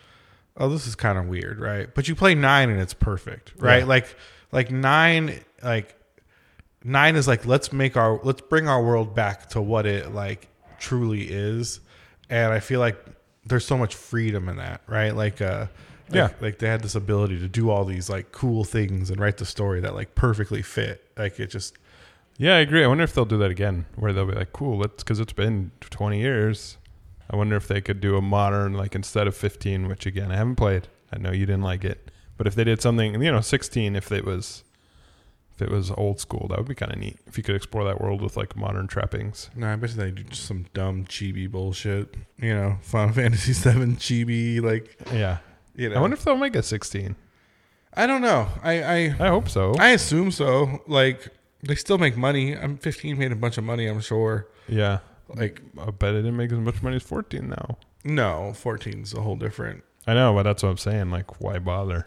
oh this is kind of weird right but you play 9 and it's perfect right
Yeah.
like like 9 like nine is like let's make our let's bring our world back to what it like truly is and i feel like there's so much freedom in that right like uh like,
Yeah.
like they had this ability to do all these like cool things and write the story that like perfectly fit like it just
Yeah, I agree. I wonder if they'll do that again, where they'll be like, "Cool, let's," because it's been 20 years. I wonder if they could do a modern, like instead of 15, which again I haven't played. I know you didn't like it, but if they did something, you know, 16, if it was, if it was old school, that would be kind of neat. If you could explore that world with like modern trappings.
no i bet you they do just some dumb chibi bullshit you know final fantasy 7 chibi like
Yeah,
you know
I wonder if they'll make a 16.
i don't know i i
I hope so.
i assume so like they still make money i'm 15 made a bunch of money i'm sure
yeah,
like
I bet it didn't make as much money as 14 now.
No, 14 is a whole different.
I know, but that's what I'm saying. Like, why bother?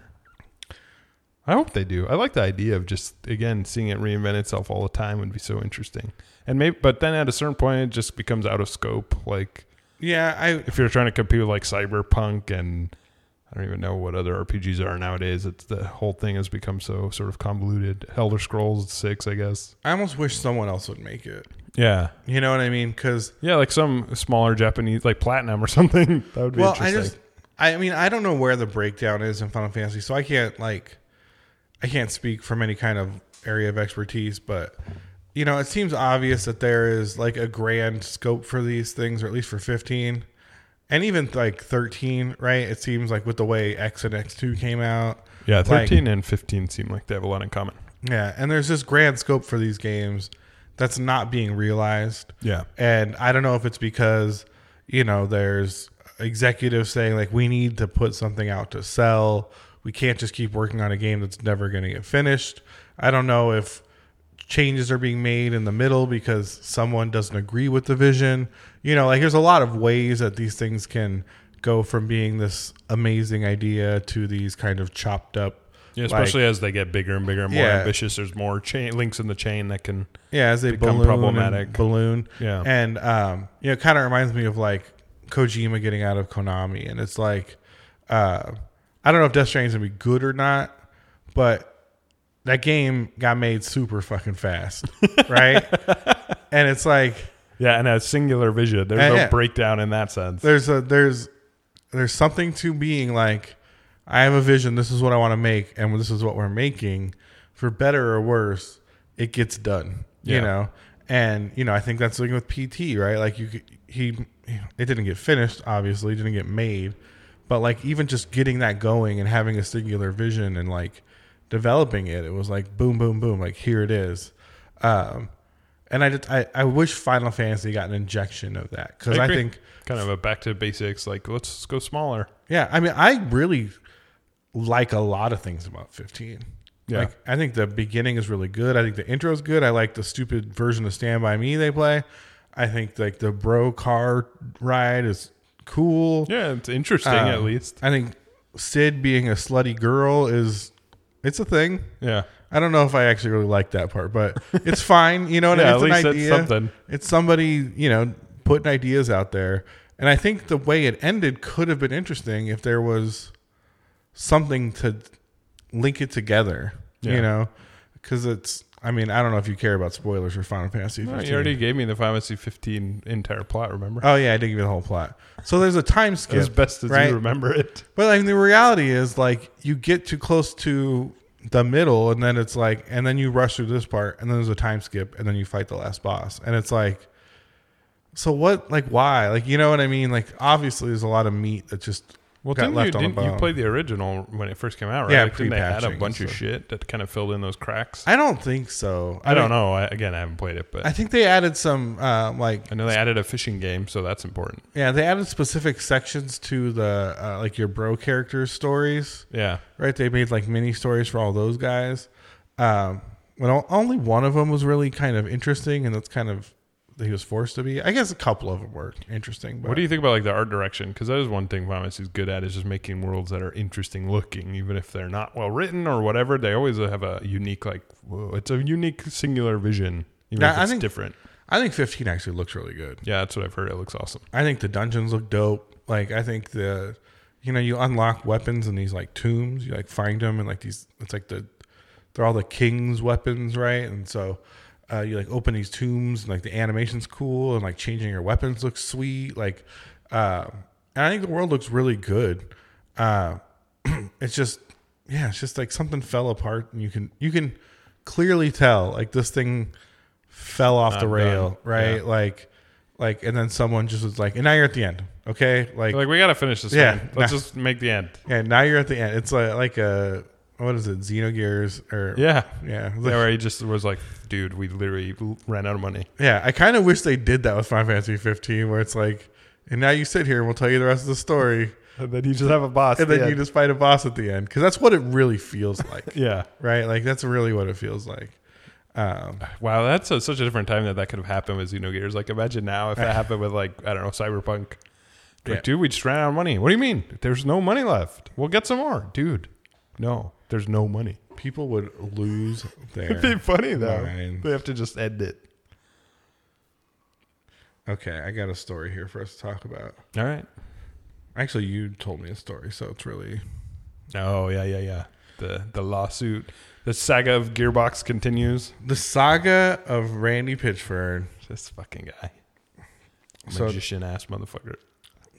I hope they do. I like the idea of just again seeing it reinvent itself all the time would be so interesting. And maybe, but then at a certain point, it just becomes out of scope. Like,
Yeah, I
if you're trying to compete with like cyberpunk and I don't even know what other RPGs are nowadays. It's the whole thing has become so sort of convoluted. Elder Scrolls Six, I guess.
I almost wish someone else would make it.
Yeah,
You know what I mean? Because
yeah, like some smaller Japanese, like Platinum or something. That would be
well, I
interesting.
just I mean I don't know where the breakdown is in Final Fantasy, so I can't like I can't speak from any kind of area of expertise, but you know it seems obvious that there is like a grand scope for these things, or at least for 15, and even like 13. Right? It seems like with the way X and X2 came out,
yeah,
like-
thirteen and fifteen seem like they have a lot in common.
Yeah, and there's this grand scope for these games that's not being realized.
Yeah.
And I don't know if it's because, you know, there's executives saying like we need to put something out to sell. We can't just keep working on a game that's never going to get finished. I don't know if changes are being made in the middle because someone doesn't agree with the vision. You know, like there's a lot of ways that these things can go from being this amazing idea to these kind of chopped up
Yeah,
like-
especially as they get bigger and bigger and more
Yeah.
ambitious. There's more chain links in the chain that can.
Yeah, as they
become
balloon
problematic.
And balloon.
Yeah.
and um, you know, it kind of reminds me of like Kojima getting out of Konami, and it's like, Uh, I don't know if Death Stranding's gonna be good or not, but that game got made super fucking fast, right? and it's like
Yeah, and a singular vision. There's
Yeah,
no
yeah.
breakdown in that sense.
there's a there's there's something to being like I have a vision. This is what I want to make, and this is what we're making. For better or worse, it gets done.
Yeah.
You know, and you know I think that's the thing with PT, right? Like you, could- he, it didn't get finished. Obviously, it didn't get made, but like even just getting that going and having a singular vision and like developing it, it was like boom, boom, boom. Like here it is. Um, and I, just, I I wish Final Fantasy got an injection of that because
I
I
agree.
think
kind of a back to basics, like let's go smaller.
yeah, I mean, I really like a lot of things about 15.
Yeah.
Like, I think the beginning is really good. I think the intro is good. I like the stupid version of Stand By Me they play. I think, like, the bro car ride is cool.
Yeah, it's interesting
Um,
at least.
I think Sid being a slutty girl is, it's a thing.
Yeah,
I don't know if I actually really like that part, but it's fine. You know what I
yeah.
mean?
At
It's an
least that's
idea
something.
it's somebody you know putting ideas out there and i think the way it ended could have been interesting if there was something to link it together
Yeah.
you know because it's i mean i don't know if you care about spoilers for final fantasy
No,
15.
Oh, you already gave me the Final Fantasy 15 entire plot. Remember?
oh yeah i did give you the whole plot so there's a time skip
as best as
right?
you remember it.
But like the reality is like you get too close to the middle and then it's like and then you rush through this part and then there's a time skip and then you fight the last boss and it's like so what like why like you know what I mean like obviously there's a lot of meat that just
Well,
got
didn't
left
you,
on the
didn't you
bone.
play the original when it first came out? Right?
Yeah,
like, didn't they add a
pre-patching,
bunch of
so-
shit that kind of filled in those cracks? I,
I don't think so
don't
mean,
know. I, again, I haven't played it, but
I
I,
think they added some uh, like
know they added a fishing game, so that's important.
yeah they added specific sections to the uh, like your bro character stories
Yeah,
right? They made like mini stories for all those guys. Um, when o- only one of them was really kind of interesting, and that's kind of that he was forced to be. I guess a couple of them were interesting, but
What do you think about like the art direction? Because that is one thing Vamis is good at is just making worlds that are interesting looking, even if they're not well written or whatever. They always have a unique like whoa, it's a unique singular vision, even
Yeah,
if
I
it's
think-
different.
I think fifteen actually looks really good.
Yeah, that's what I've heard. It looks awesome.
I think the dungeons look dope. Like I think the, you know, you unlock weapons in these like tombs. You like find them and like these. It's like the, they're all the king's weapons, right? And so, uh, you like open these tombs and like the animation's cool and like changing your weapons looks sweet. Like, uh, and I think the world looks really good. Uh, it's just yeah, it's just like something fell apart and you can you can clearly tell like this thing fell off the
Not
rail,
done.
right?
Yeah.
Like like and then someone just was like, and now you're at the end. Okay? Like,
They're like we gotta finish this.
Yeah,
man. let's
nah.
just make the end.
and now you're at the end. It's like like a what is it, Xenogears or
Yeah,
Yeah.
yeah. Where he just was like, dude, we literally ran out of money.
Yeah, I kinda wish they did that with Final Fantasy fifteen where it's like and now you sit here and we'll tell you the rest of the story.
And then you just have a boss.
And then you just fight a boss at the end. Because that's what it really feels like.
yeah.
right? Like that's really what it feels like. Um
Wow, that's a, such a different time that that could have happened with Xenogears. Like, imagine now if that happened with like I don't know Cyberpunk. Like,
Yeah.
dude, we just ran out of money. What do you mean? There's no money left. We'll get some more, dude. No, there's no money.
people would lose
It'd be
their
funny though.
Fine.
They have to just end it.
okay i got a story here for us to talk about
All right.
actually you told me a story so it's really
Oh yeah, yeah, yeah. The the lawsuit, the saga of Gearbox continues.
the saga of randy pitchford
This fucking guy,
So-
magician ass motherfucker.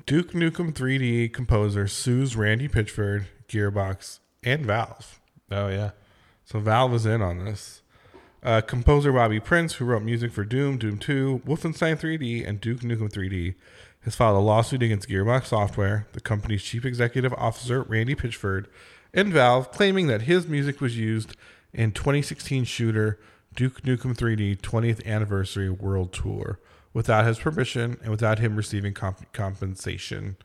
duke nukem 3d composer sues randy pitchford gearbox and valve
Oh yeah.
so valve is in on this uh, composer bobby prince who wrote music for doom doom 2 wolfenstein 3d and duke nukem 3d has filed a lawsuit against Gearbox Software, the company's chief executive officer, Randy Pitchford, and Valve, claiming that his music was used in 2016 shooter Duke Nukem 3D 20th Anniversary World Tour without his permission and without him receiving comp- compensation.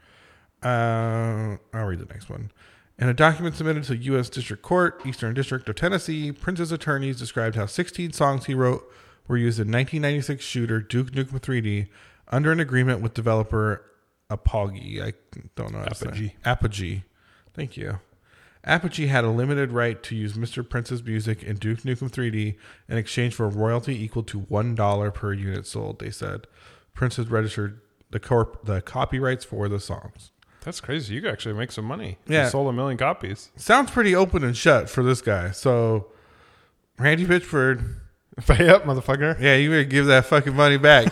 Uh, I'll read the next one. In a document submitted to U.S. District Court, Eastern District of Tennessee, Prince's attorneys described how 16 songs he wrote were used in 1996 shooter Duke Nukem 3D under an agreement with developer Apogee. I don't know. how to say-
Apogee.
Apogee. Thank you. Apogee had a limited right to use Mr. Prince's music in Duke Nukem 3D in exchange for a royalty equal to $1 per unit sold, they said. Prince had registered the, corp- the copyrights for the songs.
That's crazy. You could actually make some money.
Yeah.
You sold a million copies.
Sounds pretty open and shut for this guy. So, Randy Pitchford,
Pay up, motherfucker.
yeah, you better give that fucking money back.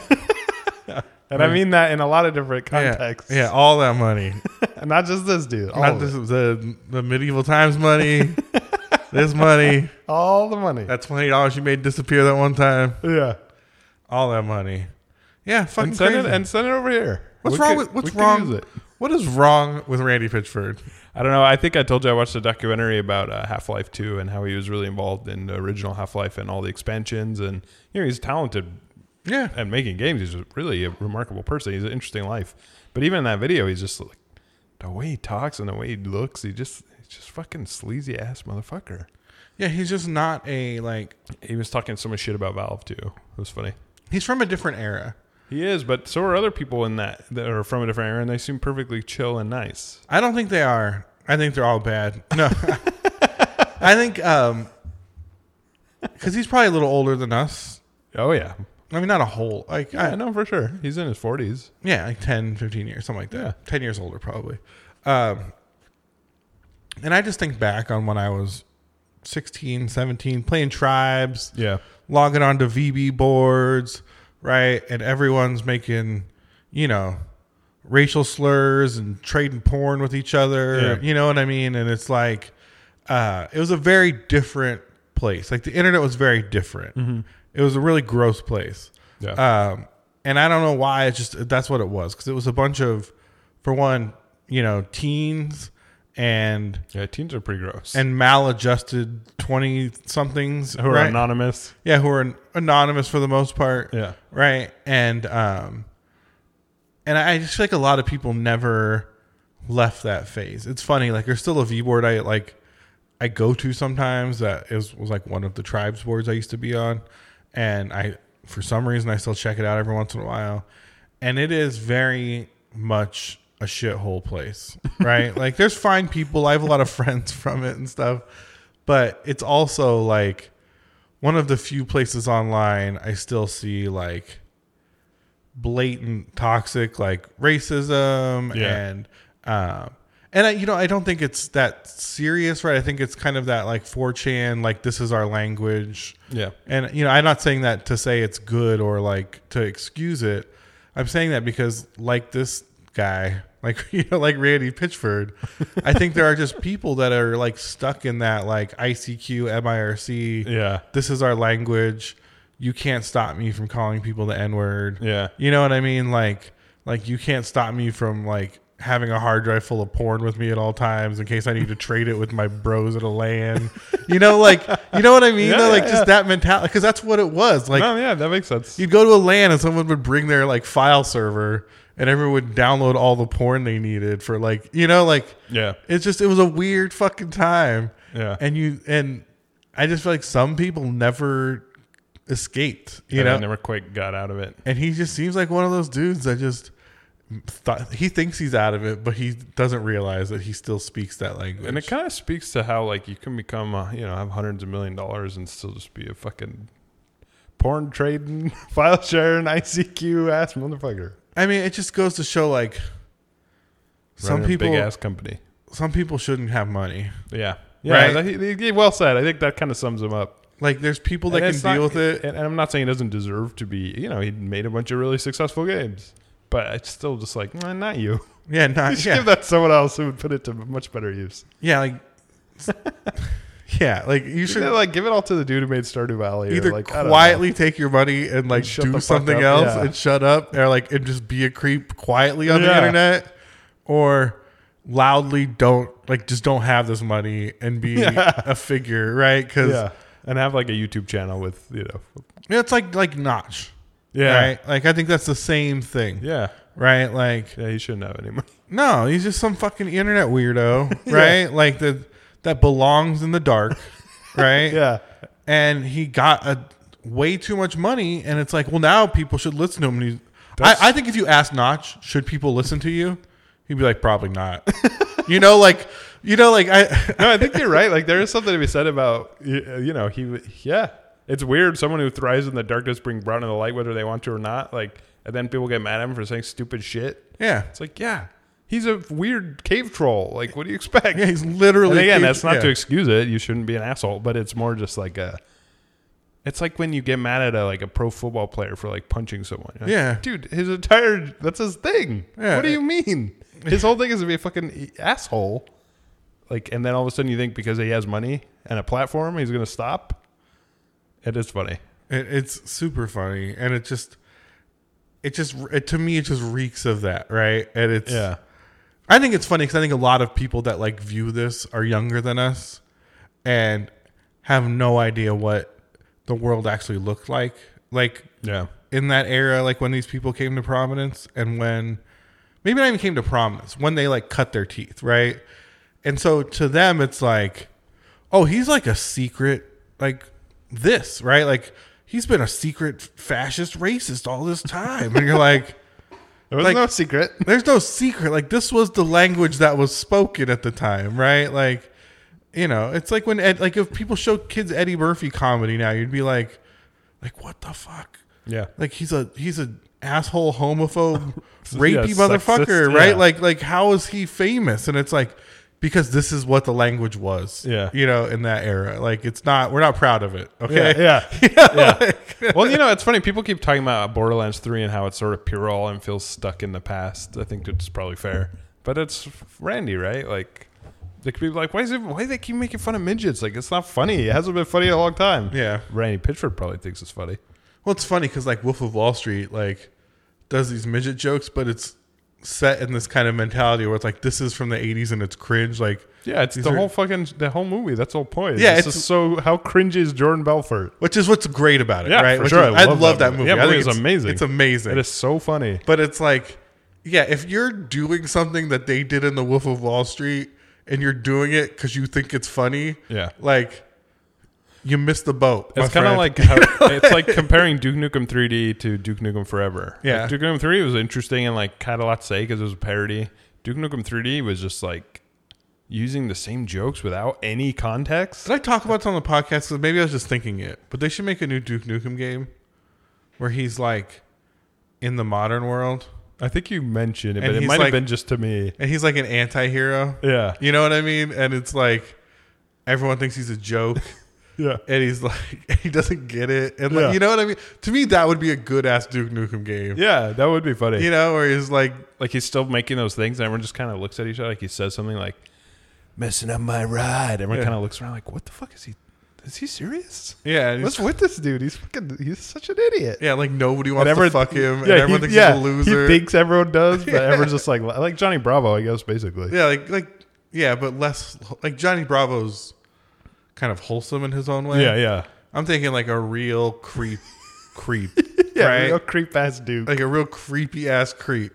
And I mean that in a lot of different
yeah,
contexts.
yeah, all that money.
Not just this dude. All,
Not
of
this,
it.
the the medieval times money. this money,
all the money.
that twenty dollars you made disappear that one time.
yeah.
All that money. Yeah, fucking
And send
crazy.
it and send it over here.
what's
We
wrong
could-
with
we
what's
could
wrong?
use it.
What is wrong with Randy Pitchford?
I don't know. I think I told you I watched a documentary about uh, Half Life Two and how he was really involved in the original Half Life and all the expansions. And you know, he's talented
Yeah,
at making games. He's really a remarkable person. He's an interesting life. But even in that video, he's just like the way he talks and the way he looks. He just he's just fucking sleazy ass motherfucker.
yeah, he's just not a like.
He was talking so much shit about Valve too. It was funny.
He's from a different era.
He is, but so are other people in that that are from a different era, and they seem perfectly chill and nice.
I don't think they are. I think they're all bad. No, I think um, because he's probably a little older than us.
Oh yeah,
I mean, not a whole like
yeah,
I,
no, for sure. He's in his forties.
yeah, like 10, 15 years, something like that.
Yeah.
Ten years older, probably. Um, and I just think back on when I was 16, 17, playing tribes,
Yeah,
logging onto VB boards, right? And everyone's making, you know, racial slurs and trading porn with each other.
Yeah.
You know what I mean? And it's like, uh, it was a very different place. Like the internet was very different.
Mm-hmm.
It was a really gross place.
yeah,
Um, and I don't know why. It's just that's what it was because it was a bunch of, for one, you know, teens and
yeah. Teens are pretty gross.
and maladjusted twenty somethings
who are anonymous.
yeah, who are an- anonymous for the most part.
Yeah.
Right. And um and I I just feel like a lot of people never left that phase. It's funny, like there's still a V board I like I go to sometimes that is was like one of the tribes boards I used to be on. And I for some reason I still check it out every once in a while. And it is very much a shithole place. Right? like there's fine people. I have a lot of friends from it and stuff. But it's also like one of the few places online I still see like blatant toxic like racism
Yeah.
and um and I, you know I don't think it's that serious right I think it's kind of that like 4chan like this is our language
Yeah,
and you know I'm not saying that to say it's good or like to excuse it I'm saying that because like this guy like you know like Randy Pitchford I think there are just people that are like stuck in that like ICQ MIRC
yeah,
this is our language. You can't stop me from calling people the N word.
yeah.
You know what I mean? Like, like you can't stop me from like having a hard drive full of porn with me at all times in case I need to trade it with my bros at a LAN. You know, like, you know what I mean?
Yeah,
Though? like
yeah,
just
yeah.
that mentality, because that's what it was. Like,
no, Oh, yeah, that makes sense.
you'd go to a LAN and someone would bring their like file server, and everyone would download all the porn they needed for like, you know, like
Yeah,
it's just it was a weird fucking time
yeah.
and you and I just feel like some people never escaped, you
And I
know.
never quite got out of it.
and he just seems like one of those dudes that just thought, he thinks he's out of it, but he doesn't realize that he still speaks that language.
And it kind of speaks to how like you can become, uh, you know, have hundreds of million dollars and still just be a fucking porn trading, file sharing, ICQ ass motherfucker.
I mean, it just goes to show like some
Running a
people
big ass company.
some people shouldn't have money.
Yeah, yeah.
Right.
that- he- he- well said. I think that kind of sums him up.
Like there's people that
And
can
it's
deal
not- e-
with it.
And, and I'm not saying he doesn't deserve to be. You know, he made a bunch of really successful games, but it's still just like, nah, not you.
yeah,
You
not
should
yeah.
give that to someone else who would put it to much better use.
yeah, like Yeah, like you
You should
should
like give it all to the dude who made Stardew Valley.
either
or, like, I don't know.
quietly take your money and like
And shut the
do
fuck
something
up,
else
yeah.
and shut up or like and just be a creep quietly on the
Yeah.
internet or loudly don't like just don't have this money and be
Yeah.
a figure right because
yeah, and have like a YouTube channel with you know,
it's like like notch
yeah,
right like i think that's the same thing
yeah,
right like
yeah. He shouldn't have any money.
no he's just some fucking internet weirdo
Yeah.
right like the that belongs in the dark right
Yeah,
and he got a way too much money and it's like well now people should listen to him and he's,
That's-
I, I think if you ask notch should people listen to you he'd be like probably not you know like you know like i
no, I think you're right. Like there is something to be said about you, you know he yeah. It's weird. Someone who thrives in the darkness bring brown in the light, whether they want to or not. Like, and then people get mad at him for saying stupid shit.
yeah
It's like, yeah, He's a weird cave troll. Like, what do you expect?
Yeah, he's literally.
And again,
cave-
that's not
yeah.
to excuse it. You shouldn't be an asshole, but it's more just like a. It's like when you get mad at a like a pro football player for like punching someone. You're like,
Yeah.
dude, his entire that's his thing.
Yeah.
What do you mean? His whole thing is to be a fucking e- asshole. Like, and then all of a sudden you think because he has money and a platform, he's gonna stop. It is funny.
It, it's super funny, and it just, it just, it, to me, it just reeks of that, right? And it's, I think it's funny because I think a lot of people that like view this are younger than us, and have no idea what the world actually looked like, like
yeah,
in that era, like when these people came to prominence, and when maybe not even came to prominence, when they like cut their teeth, right? And so to them, it's like, oh, he's like a secret, like this, right? Like he's been a secret fascist racist all this time. And you're like,
there was
Like-
no secret.
there's no secret. Like this was the language that was spoken at the time, right? Like, you know, it's like when Ed, like if people show kids Eddie Murphy comedy now, you'd be like, like what the fuck?
Yeah,
like he's a he's a asshole homophobe
Yeah,
rapey
sexist,
motherfucker right
yeah.
like like how is he famous and it's like because this is what the language was
Yeah.
you know in that era like it's not we're not proud of it okay
Yeah, yeah. yeah. well, you know, it's funny. People keep talking about Borderlands Three and how it's sort of puerile and feels stuck in the past. I think it's probably fair, but it's Randy, right? Like, they could be like, why is it? Why do they keep making fun of midgets? Like, it's not funny. It hasn't been funny in a long time.
Yeah.
Randy Pitchford probably thinks it's funny.
well it's funny because like wolf of wall street like does these midget jokes but it's set in this kind of mentality where it's like this is from the 80s and it's cringe like
Yeah, it's
These
the
are-
whole fucking the whole movie. That's the whole point.
Yeah,
it's,
it's-
just so how cringy is Jordan Belfort?
which is what's great about it
Yeah,
right
for
Which
sure.
is-
I love
that
that movie.
movie
Yeah,
I
that
think
movie's
it's-
amazing.
it's amazing
It is so funny.
But it's like, yeah, if you're doing something that they did in The Wolf of Wall Street and you're doing it because you think it's funny,
Yeah.
like you missed the boat. my
It's kind of
friend.
like how, it's like comparing Duke Nukem 3D to Duke Nukem Forever.
Yeah.
like Duke Nukem 3 was interesting and like had a lot to say because it was a parody. Duke Nukem 3D was just like using the same jokes without any context.
Did I talk about this on the podcast? 'Cause maybe I was just thinking it, but they should make a new Duke Nukem game where he's like in the modern world
I think you mentioned it,
And
but it
he's
might have
like-
been just to me.
and he's like an anti-hero.
Yeah,
You know what I mean? And it's like everyone thinks he's a joke.
yeah.
and he's like he doesn't get it and
Yeah.
like, you know what i mean to me that would be a good ass duke nukem game
Yeah, that would be funny.
you know where he's like
Like he's still making those things, and everyone just kind of looks at each other. Like he says something like "messing up my ride." Everyone
Yeah.
kind of looks around, like, "What the fuck is he? Is he serious?
yeah and he's-
What's with this dude? He's fucking. He's such an idiot."
yeah like nobody wants
everyone-
to fuck him and
Yeah,
everyone
he,
thinks
yeah,
he's a loser
He thinks everyone does, but everyone's just like like Johnny Bravo, I guess, basically.
yeah like like yeah but less like johnny bravo's kind of wholesome in his own way
yeah, yeah.
i'm thinking like a real creep creep
Yeah,
right
real creep ass dude
like a real creepy ass creep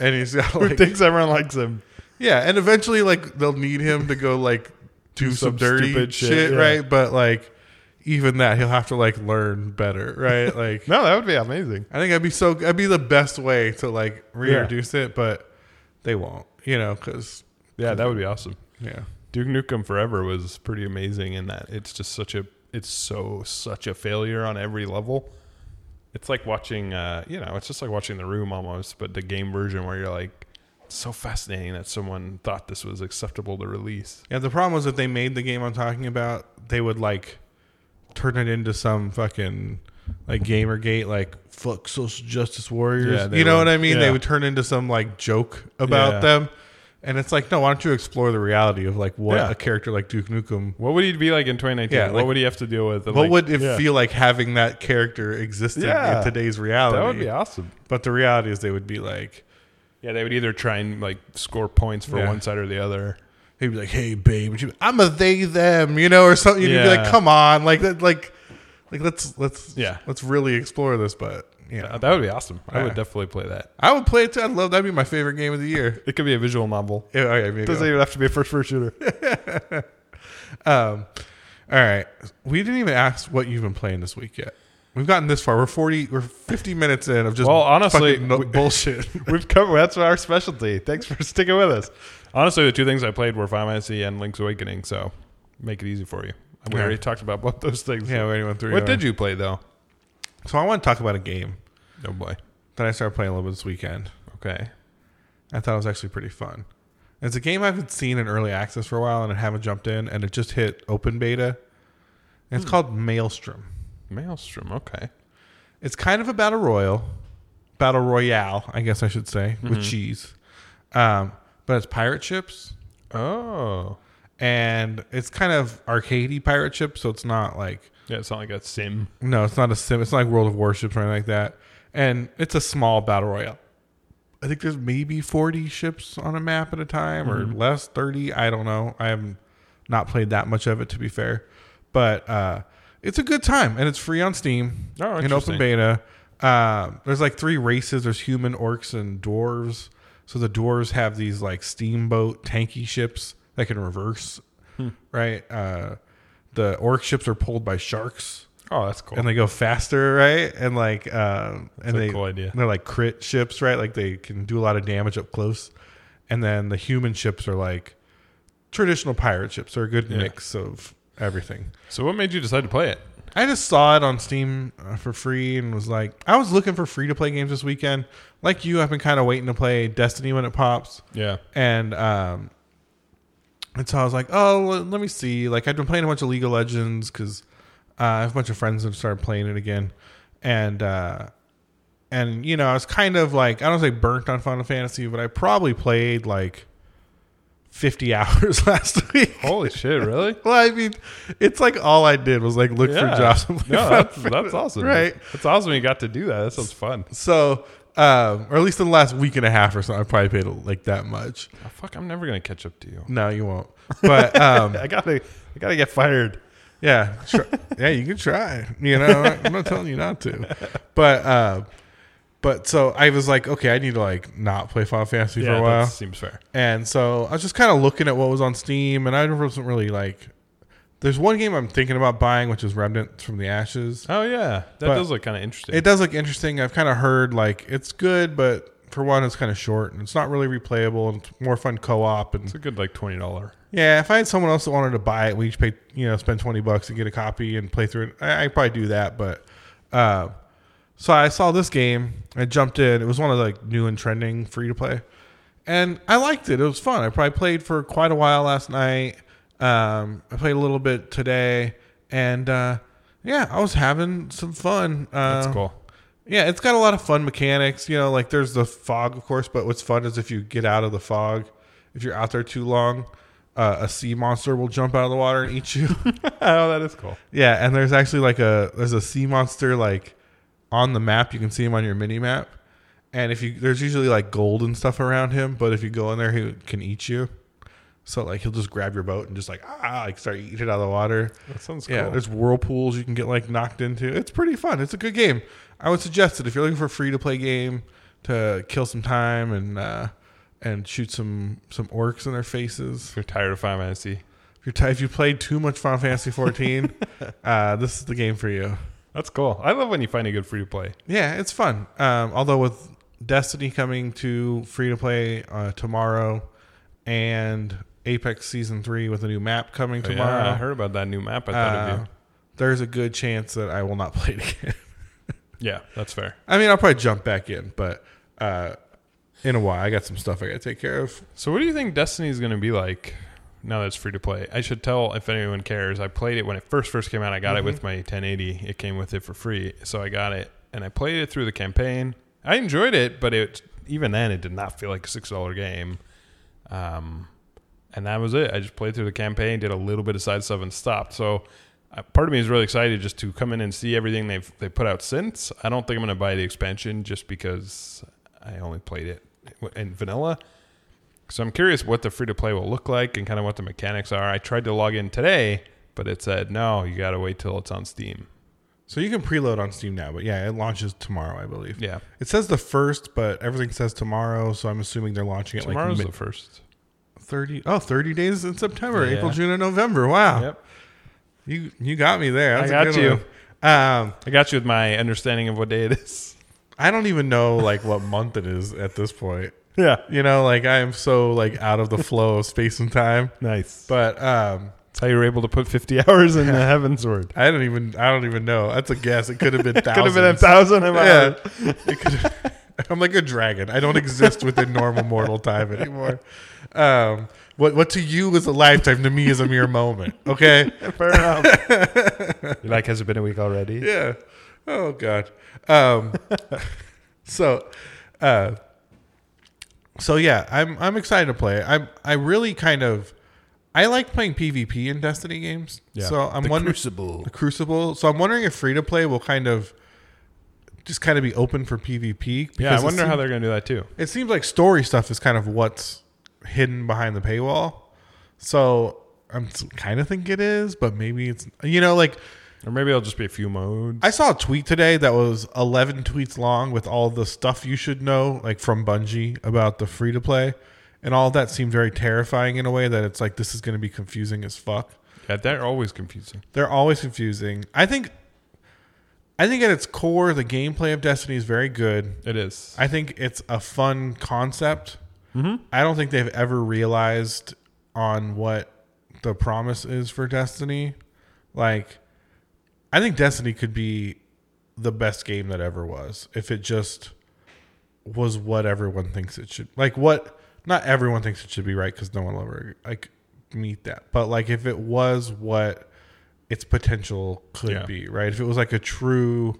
and he's got
who
like
thinks everyone likes him.
Yeah, and eventually, like they'll need him to go like do some,
some
dirty
stupid
shit,
shit, yeah.
right? But like, even that he'll have to like learn better, right? Like,
No, that would be amazing.
I think that'd be so. That'd be the best way to like reintroduce it, but they won't, you know, because
Yeah, that would be awesome.
yeah,
Duke Nukem Forever was pretty amazing in that it's just such a it's so such a failure on every level. It's like watching uh, you know, it's just like watching The Room almost, but the game version where you're like it's so fascinating that someone thought this was acceptable to release.
yeah. The problem was that they made the game I'm talking about. They would like turn it into some fucking like Gamergate, like fuck social justice warriors.
Yeah, they
you know
would.
what I mean? They
Yeah.
would turn into some like joke about
Yeah.
them. And it's like, no, why don't you explore the reality of like what
Yeah.
a character like Duke Nukem?
What would he be like in 2019?
Yeah,
what
like-
would he have to deal with? And,
what
like,
would it
yeah.
feel like having that character existing
Yeah.
in today's reality?
That would be awesome.
But the reality is, they would be like,
Yeah, they would either try and like score points for
Yeah.
one side or the other.
he'd be like, "Hey, babe," and she'd be, "I'm a they them," you know, or something. You'd be
Yeah.
like, "Come on, like that, like, like let's let's
Yeah.
let's really explore this." But you know,
Uh, That would be awesome. I would
Yeah.
definitely play that.
I would play it too. I'd love that'd be my favorite game of the year.
It could be a visual novel.
Yeah, all right, maybe
Doesn't
I'll-
even have to be a first-person shooter.
um, all right. We didn't even ask what you've been playing this week yet. We've gotten this far. We're forty. We're fifty minutes in of just
Well, honestly,
fucking no-
we-
bullshit.
We've covered. That's our specialty. Thanks for sticking with us. Honestly, the two things I played were Final Fantasy and Link's Awakening. So make it easy for you. We
Yeah.
already talked about both those things.
yeah, we already went through.
What did you play though?
So I want to talk about a game
Oh boy.
that I started playing a little bit this weekend.
Okay.
I thought it was actually pretty fun. It's a game I've seen in early access for a while and I haven't jumped in, and it just hit open beta. And it's called Maelstrom.
Maelstrom. Okay.
It's kind of a battle royal, battle royale, I guess I should say, with cheese. Um, but it's pirate ships,
Oh.
and it's kind of arcadey pirate ships, so it's not like
Yeah, it's not like a sim.
no, it's not a sim. It's not like World of Warships or anything like that. And it's a small battle royale. I think there's maybe 40 ships on a map at a time
Mm-hmm.
or less, 30. I don't know. I haven't not played that much of it, to be fair. But uh, it's a good time. And it's free on Steam
Oh,
in
interesting.
open beta. Uh, there's like three races there's human, orcs, and dwarves. So the dwarves have these like steamboat tanky ships that can reverse,
Hmm.
right? Uh, the orc ships are pulled by sharks
Oh, that's cool.
and they go faster, right? And like, um, and
a
they
cool idea.
they're like crit ships, right? Like they can do a lot of damage up close. And then the human ships are like traditional pirate ships. They're a good
Yeah.
mix of everything.
so, what made you decide to play it?
I just saw it on Steam uh, for free and was like, I was looking for free to play games this weekend. Like you, I've been kind of waiting to play Destiny when it pops
Yeah.
and um and so I was like, oh, l- let me see. Like I've been playing a bunch of League of Legends because uh, I have a bunch of friends that started playing it again, and uh, and you know I was kind of like I don't say burnt on Final Fantasy, but I probably played like fifty hours last week.
Holy shit! Really?
Well, I mean, it's like all I did was like look
Yeah.
for jobs. and play
No,
Final
that's, that's awesome.
Right.
That's awesome. You got to do that. That sounds fun.
So, um, or at least in the last week and a half or so, I probably paid like that much.
Oh, fuck, I'm never gonna catch up to you.
No, you won't. But um,
I gotta, I gotta get fired.
Yeah, tr- yeah, you can try. You know, I'm not telling you not to, but uh, but so I was like, okay, I need to like not play Final Fantasy for a
that
while,
seems fair.
and so I was just kind of looking at what was on Steam, and I wasn't really like. There's one game I'm thinking about buying, which is Remnants from the Ashes.
Oh yeah, that
But-
does look kind of interesting.
It does look interesting. I've kind of heard like it's good, but for one, it's kind of short and it's not really replayable, and it's more fun co-op and
it's a good like twenty dollar.
yeah, if I had someone else that wanted to buy it, we each pay you know spend twenty bucks and get a copy and play through it. I I'd probably do that, but uh, so I saw this game. I jumped in. It was one of the like, new and trending free to play, and I liked it. It was fun. I probably played for quite a while last night. Um, I played a little bit today, and uh, yeah, I was having some fun. Uh,
That's cool.
yeah, it's got a lot of fun mechanics. You know, like there's the fog, of course, but what's fun is if you get out of the fog, if you're out there too long, uh, a sea monster will jump out of the water and eat you.
oh, that is cool.
yeah, and there's actually like a there's a sea monster like on the map. You can see him on your mini map, and if you there's usually like gold and stuff around him, but if you go in there, he can eat you. So like he'll just grab your boat and just like ah like start eating it out of the water.
That sounds cool.
Yeah, there's whirlpools you can get like knocked into. It's pretty fun. It's a good game. I would suggest it if you're looking for a free to play game to kill some time and uh, and shoot some some orcs in their faces.
if you're tired of Final Fantasy,
If you're t- if you played too much Final Fantasy 14, uh, this is the game for you.
that's cool. I love when you find a good free to play.
Yeah, it's fun. Um, although with Destiny coming to free to play uh, tomorrow and Apex Season Three with a new map coming tomorrow,
Oh, I heard about that new map. I thought
uh,
of you.
there's a good chance that I will not play it again.
Yeah, that's fair.
I mean, I'll probably jump back in, but uh, in a while, I got some stuff I got to take care of.
So, what do you think Destiny is going to be like now that it's free to play? I should tell if anyone cares. I played it when it first first came out. I got it with my 1080. It came with it for free, so I got it and I played it through the campaign. I enjoyed it, but it even then it did not feel like a six dollar game. Um, and that was it. I just played through the campaign, did a little bit of side stuff, and stopped. So. uh, Part of me is really excited just to come in and see everything they've they put out since. I don't think I'm going to buy the expansion just because I only played it in vanilla. So I'm curious what the free to play will look like and kind of what the mechanics are. I tried to log in today, but it said no, you got to wait till it's on Steam.
So you can preload on Steam now, but yeah, it launches tomorrow, I believe.
Yeah,
It says the first, but everything says tomorrow, so I'm assuming they're launching it
tomorrow's
like
the first.
mid- 30 Oh, 30 days in September,
Yeah.
April, June, and November. Wow.
Yep,
You you got me there.
I
That's a
got
good
you.
one. Um,
I got you with my understanding of what day it is.
I don't even know like what month it is at this point.
Yeah,
You know, like I am so like out of the flow of space and time.
nice. But
But um,
that's how you were able to put 50 hours in the Heaven's Word.
I don't even I don't even know. That's a guess. It could have been
Could
thousands.
have been a thousand. I'm
Yeah.
out.
It could- I'm like a dragon. I don't exist within normal mortal time anymore. Um, what what to you is a lifetime to me is a mere moment. Okay.
Fair enough. You're like, has it been a week already?
Yeah. Oh God. Um, so, uh, so yeah, I'm I'm excited to play. I'm I really kind of I like playing PvP in Destiny games.
Yeah.
So I'm
the
wondering
Crucible.
the Crucible. So I'm wondering if free to play will kind of just kind of be open for PvP.
Yeah, I
because it
wonder how
seems-
they're going to do that too.
it seems like story stuff is kind of what's hidden behind the paywall. So I'm kind of think it is, but maybe it's you know like
Or maybe it'll just be a few modes.
I saw a tweet today that was 11 tweets long with all the stuff you should know, like from Bungie about the free to play. And all that seemed very terrifying in a way that it's like, this is going to be confusing as fuck.
yeah, they're always confusing.
They're always confusing. I think. I think at its core, the gameplay of Destiny is very good.
It is.
I think it's a fun concept. I don't think they've ever realized on what the promise is for Destiny. Like, I think Destiny could be the best game that ever was if it just was what everyone thinks it should. Like, what not everyone thinks it should be right because no one will ever like meet that. But like, if it was what its potential could
Yeah.
be, right? If it was like a true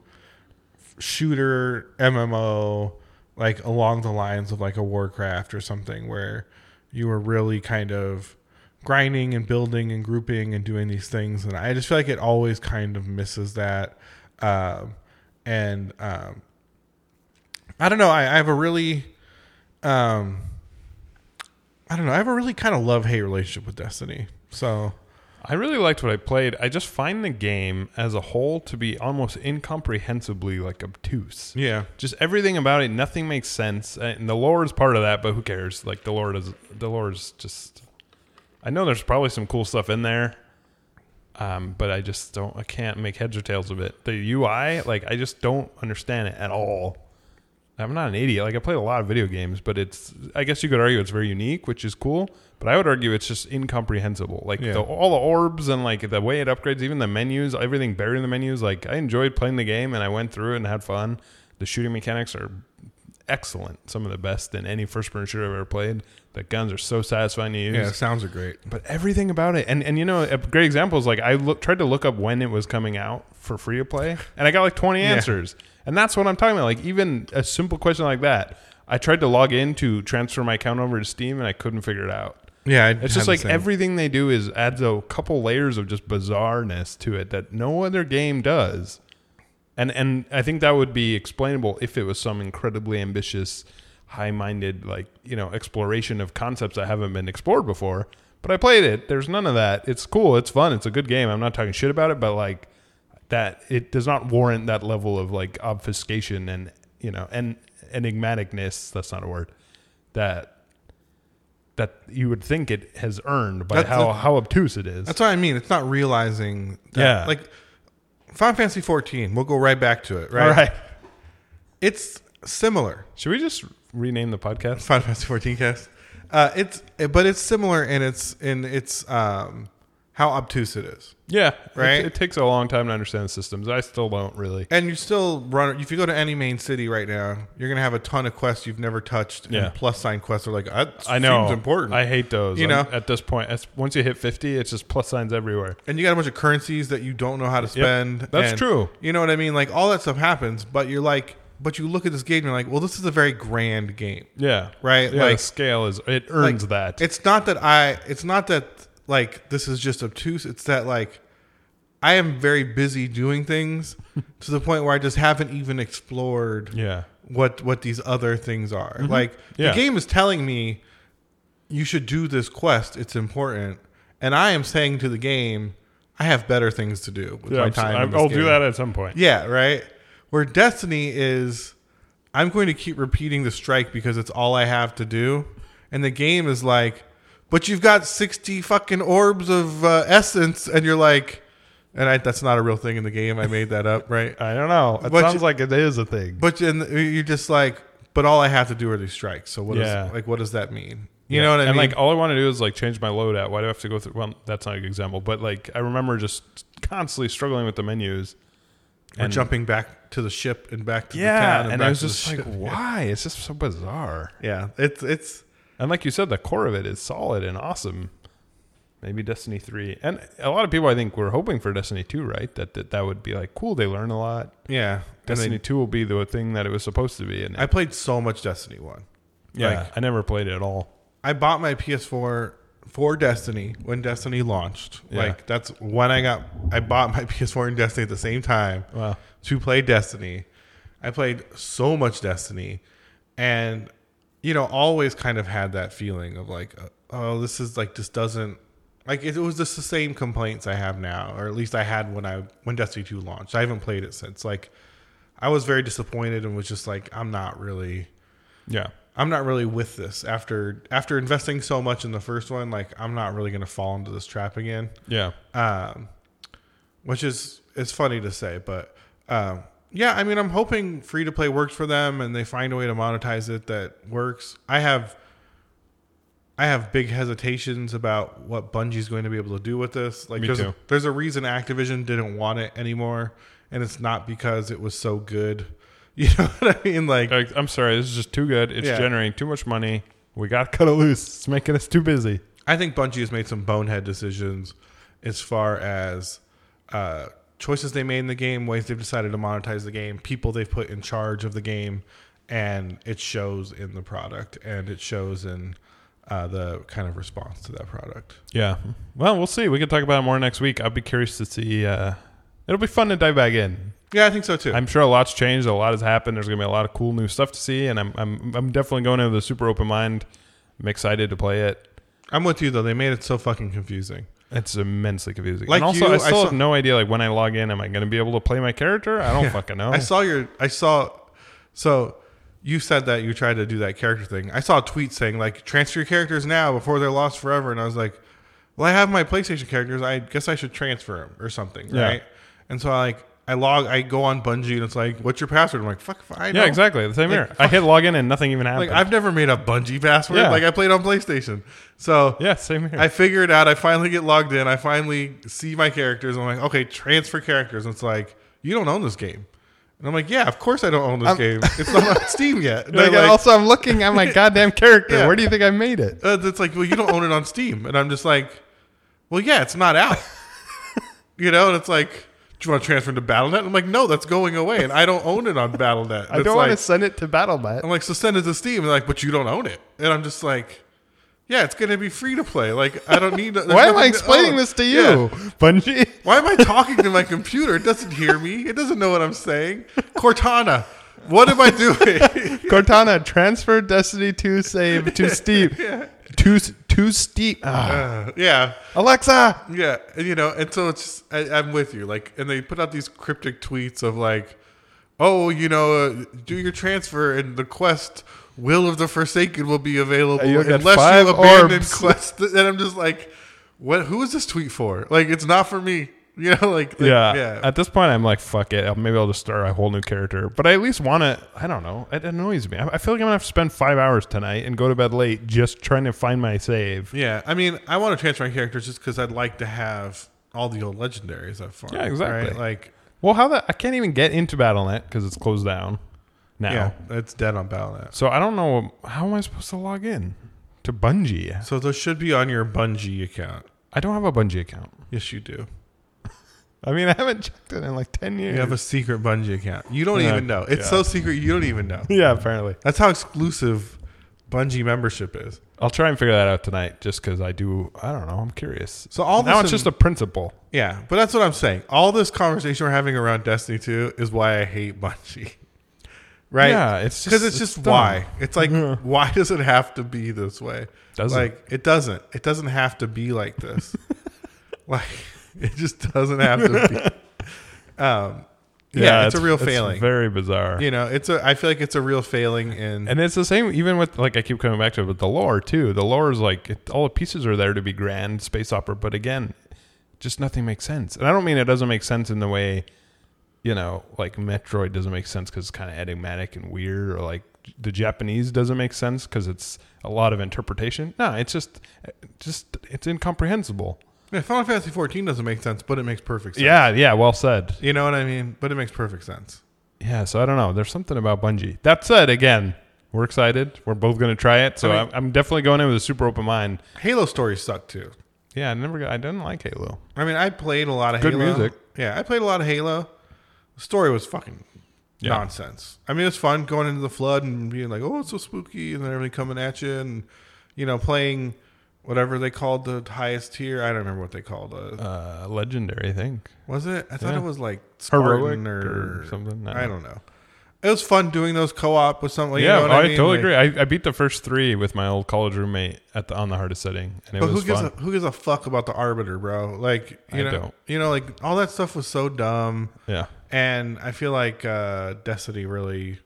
shooter MMO, like along the lines of like a Warcraft or something, where you were really kind of grinding and building and grouping and doing these things. And I just feel like it always kind of misses that. Um, and um, I don't know. I, I have a really, um, I don't know. I have a really kind of love hate relationship with Destiny. So
I really liked what I played. I just find the game as a whole to be almost incomprehensibly like obtuse.
yeah,
Just everything about it, nothing makes sense. And the lore is part of that, but who cares? Like the lore is the lore is just I know there's probably some cool stuff in there. Um, but I just don't I can't make heads or tails of it. The UI, like I just don't understand it at all. I'm not an idiot. Like I played a lot of video games, but it's I guess you could argue it's very unique, which is cool. But I would argue it's just incomprehensible. Like
Yeah.
the, all the orbs and like the way it upgrades, even the menus, everything buried in the menus. Like I enjoyed playing the game and I went through it and had fun. The shooting mechanics are excellent, some of the best in any first person shooter I've ever played. The guns are so satisfying to use
yeah, sounds are great.
but everything about it and and you know a great example is like i look, tried to look up when it was coming out for free to play and i got like 20 answers and that's what i'm talking about like even a simple question like that i tried to log in to transfer my account over to steam and i couldn't figure it out
Yeah, I
it's
had
just
the
like
same.
everything they do is adds a couple layers of just bizarreness to it that no other game does and and i think that would be explainable if it was some incredibly ambitious high-minded like you know exploration of concepts that haven't been explored before but i played it there's none of that it's cool it's fun it's a good game i'm not talking shit about it but like that it does not warrant that level of like obfuscation and you know and enigmaticness that's not a word that that you would think it has earned by
That's
how
a-
how obtuse it is
That's what I mean. It's not realizing. That,
Yeah.
Like Final Fantasy 14. We'll go right back to it. Right.
all right
It's similar.
should we just rename the podcast
Final Fantasy 14 cast. Uh, it's but it's similar in its in its um, how obtuse it is.
Yeah,
Right?
It, it takes a long time to understand the systems. I still don't really.
And you still run. If you go to any main city right now, you're gonna have a ton of quests you've never touched.
Yeah.
And plus sign quests are like that
I know
seems important.
I hate those.
You
You
know?
know, at this point, it's, once you hit fifty, it's just plus signs everywhere.
and you got a bunch of currencies that you don't know how to spend.
That's
and-
true.
You know what I mean? Like all that stuff happens, but you're like, but you look at this game and you're like, well, this is a very grand game.
Yeah,
Right,
Yeah,
like-
the scale is it earns
like,
that.
It's not that I. It's not that like this is just obtuse. It's that like I am very busy doing things to the point where I just haven't even explored
yeah,
what what these other things are. Like
Mm-hmm. Yeah.
the game is telling me you should do this quest. It's important, and I am saying to the game, I have better things to do with
yeah.
my
I'm,
time. in
I'm,
this
I'll
game."
do that at some point.
Yeah, right. Where Destiny is, I'm going to keep repeating the strike because it's all I have to do, and the game is like, but you've got sixty fucking orbs of uh, essence, and you're like, and I, that's not a real thing in the game. I made that up, right?
I don't know. It
But
sounds
you-
like it is a thing.
But then you're just like, but all I have to do are these strikes. So what is
Yeah.
like what does that mean? You
Yeah.
know what I
and
mean?
like all I want to do is like change my loadout. Why do I have to go through? Well, that's not a good example, but like I remember just constantly struggling with the menus
Or
And-
jumping back to the ship and back to the
yeah,
town.
and,
back
I was
to the
just like,
ship.
why? It's just so bizarre.
Yeah, it's it's
And like you said, the core of it is solid and awesome. Maybe Destiny three, and a lot of people I think were hoping for Destiny two, right? That that, that would be like cool. They learn a lot.
yeah. And they-
Destiny two will be the thing that it was supposed to be. And
I played so much Destiny one.
yeah,
like-
I never played it at all.
I bought my PS4 for Destiny when Destiny launched.
Yeah.
Like that's when I got I bought my PS4 and Destiny at the same time
Wow.
to play Destiny. I played so much Destiny and you know always kind of had that feeling of like uh, oh this is like this doesn't like it was just the same complaints I have now or at least I had when I when Destiny 2 launched. I haven't played it since. Like I was very disappointed and was just like I'm not really
Yeah,
I'm not really with this after after investing so much in the first one. Like I'm not really going to fall into this trap again.
yeah,
Um, which is is funny to say, but um, yeah, I mean, I'm hoping free to play works for them and they find a way to monetize it that works. I have I have big hesitations about what Bungie's going to be able to do with this. Like,
Me
there's,
too.
there's a reason Activision didn't want it anymore, and it's not because it was so good. You know what I mean? Like,
Like, I'm sorry, this is just too good. It's
Yeah.
generating too much money. We got cut it loose. It's making us too busy.
I think Bungie has made some bonehead decisions as far as uh, choices they made in the game, ways they've decided to monetize the game, people they've put in charge of the game, and it shows in the product and it shows in uh, the kind of response to that product.
Yeah. Well, we'll see. We can talk about it more next week. I'll be curious to see. Uh, it'll be fun to dive back in.
Yeah, I think so too.
I'm sure a lot's changed. A lot has happened. There's gonna be a lot of cool new stuff to see, and I'm I'm I'm definitely going in with a super open mind. I'm excited to play it.
I'm with you though. They made it so fucking confusing.
It's immensely confusing.
Like
and also,
you,
I
I
still
saw-
have no idea. Like when I log in, am I going to be able to play my character? I don't fucking know.
I saw your. I saw. So you said that you tried to do that character thing. I saw a tweet saying like transfer your characters now before they're lost forever, and I was like, well, I have my PlayStation characters. I guess I should transfer them or something,
Yeah.
right? And so I like I log. I go on Bungie and it's like, what's your password? I'm like, fuck, if I
yeah,
know."
exactly. The same
Like,
here. I hit login and nothing even happened.
Like I've never made a Bungie password.
Yeah.
Like I played on PlayStation, so
yeah, same here.
I figure it out. I finally get logged in. I finally see my characters. I'm like, okay, transfer characters. And it's like, you don't own this game. And I'm like, yeah, of course I don't own this game. It's not on Steam yet. And they're like,
I'm looking at my goddamn character.
Yeah. Where do
you think I made it?
uh, it's like, well, you don't own it on Steam. And I'm just like, well, yeah, it's not out. you know, and it's like, do you want to transfer to BattleNet? And I'm like, no, that's going away. And I don't own it on BattleNet. And it's like,
send it to BattleBot.
I'm like, so send it to Steam. And they're like, but you don't own it. And I'm just like, yeah, it's going to be free to play. Like, I don't need.
Why am I explaining this to you,
oh, Yeah.
Bungie?
Why am I talking to my computer? It doesn't hear me. It doesn't know what I'm saying. Cortana, what am I doing?
Cortana transfer Destiny 2 save to Steam. Too too steep. Ah.
Uh, yeah,
Alexa.
yeah, and, you know, and so it's just, I, I'm with you. Like, and they put out these cryptic tweets of like, oh, you know, uh, do your transfer and the quest Will of the Forsaken will be available
And you'll get
unless
five
you abandon
orbs.
quest. And I'm just like, what? Who is this tweet for? Like, it's not for me. You know, like, like,
yeah.
yeah.
At this point, I'm like, fuck it. I'll- Maybe I'll just start a whole new character. But I at least want to. I don't know. It annoys me. I, I feel like I'm gonna have to spend five hours tonight and go to bed late just trying to find my save.
Yeah, I mean, I want to transfer my characters just because I'd like to have all the old legendaries I've farmed.
Yeah, exactly.
right? Like,
Well, how that? I can't even get into BattleNet because it's closed down now.
yeah, it's dead on Battle.net.
So I don't know. How am I supposed to log in to Bungie?
So those should be on your Bungie account.
I don't have a Bungie account.
Yes, you do.
I mean, I haven't checked it in like ten years.
You have a secret Bungie account. You don't
Yeah.
even know. It's
Yeah.
so secret you don't even know.
yeah, apparently.
That's how exclusive Bungie membership is.
I'll try and figure that out tonight, just because I do. I don't know. I'm curious.
So all
now
this
it's
in-
just a principle.
Yeah, but that's what I'm saying. All this conversation we're having around Destiny 2 is why I hate Bungie. Right?
Yeah, it's
because
just-
it's just
it's dumb. Mm-hmm.
why it's like
Yeah.
why does it have to be this way
Doesn't.
like it doesn't it doesn't have to be like this like it just doesn't have to be um yeah, it's, a real failing
very bizarre.
you know it's a i feel like it's a real failing in
And it's the same, even with like I keep coming back to it, but the lore too. The lore is like it, all the pieces are there to be grand space opera, but again, just nothing makes sense. And I don't mean it doesn't make sense in the way, you know, like Metroid doesn't make sense because it's kind of enigmatic and weird, or like the Japanese doesn't make sense because it's a lot of interpretation. No, it's just, just it's incomprehensible.
Yeah, Final Fantasy 14 doesn't make sense, but it makes perfect sense.
Yeah, yeah, well said.
You know what I mean? But it makes perfect sense.
Yeah, so I don't know. There's something about Bungie. That said, again, we're excited. We're both going to try it. So
I
I
mean-
am I'm definitely going in with a super open mind.
Halo stories suck too.
Yeah, I never got, I didn't like Halo.
I mean, I played a lot of
Good
Halo.
music.
Yeah, I played a lot of Halo. The story was fucking
Yeah.
nonsense. I mean, it's fun going into the flood and being like, "Oh, it's so spooky," and then everything coming at you, and you know, playing whatever they called the highest tier. I don't remember what they called it.
Uh, legendary, I think.
was it? I thought
yeah.
it was like
Heroic
Spartan
or
or,
something? I
I don't,
don't
know. It was fun doing those co-op with something.
yeah,
you know what
I,
I, mean?
totally
Like,
agree. I, I beat the first three with my old college roommate at the on the hardest setting, and it
But
was
who gives
fun.
a who gives a fuck about the arbiter, bro? Like you know,
I don't.
you know, like all that stuff was so dumb.
yeah,
And I feel like uh, Destiny really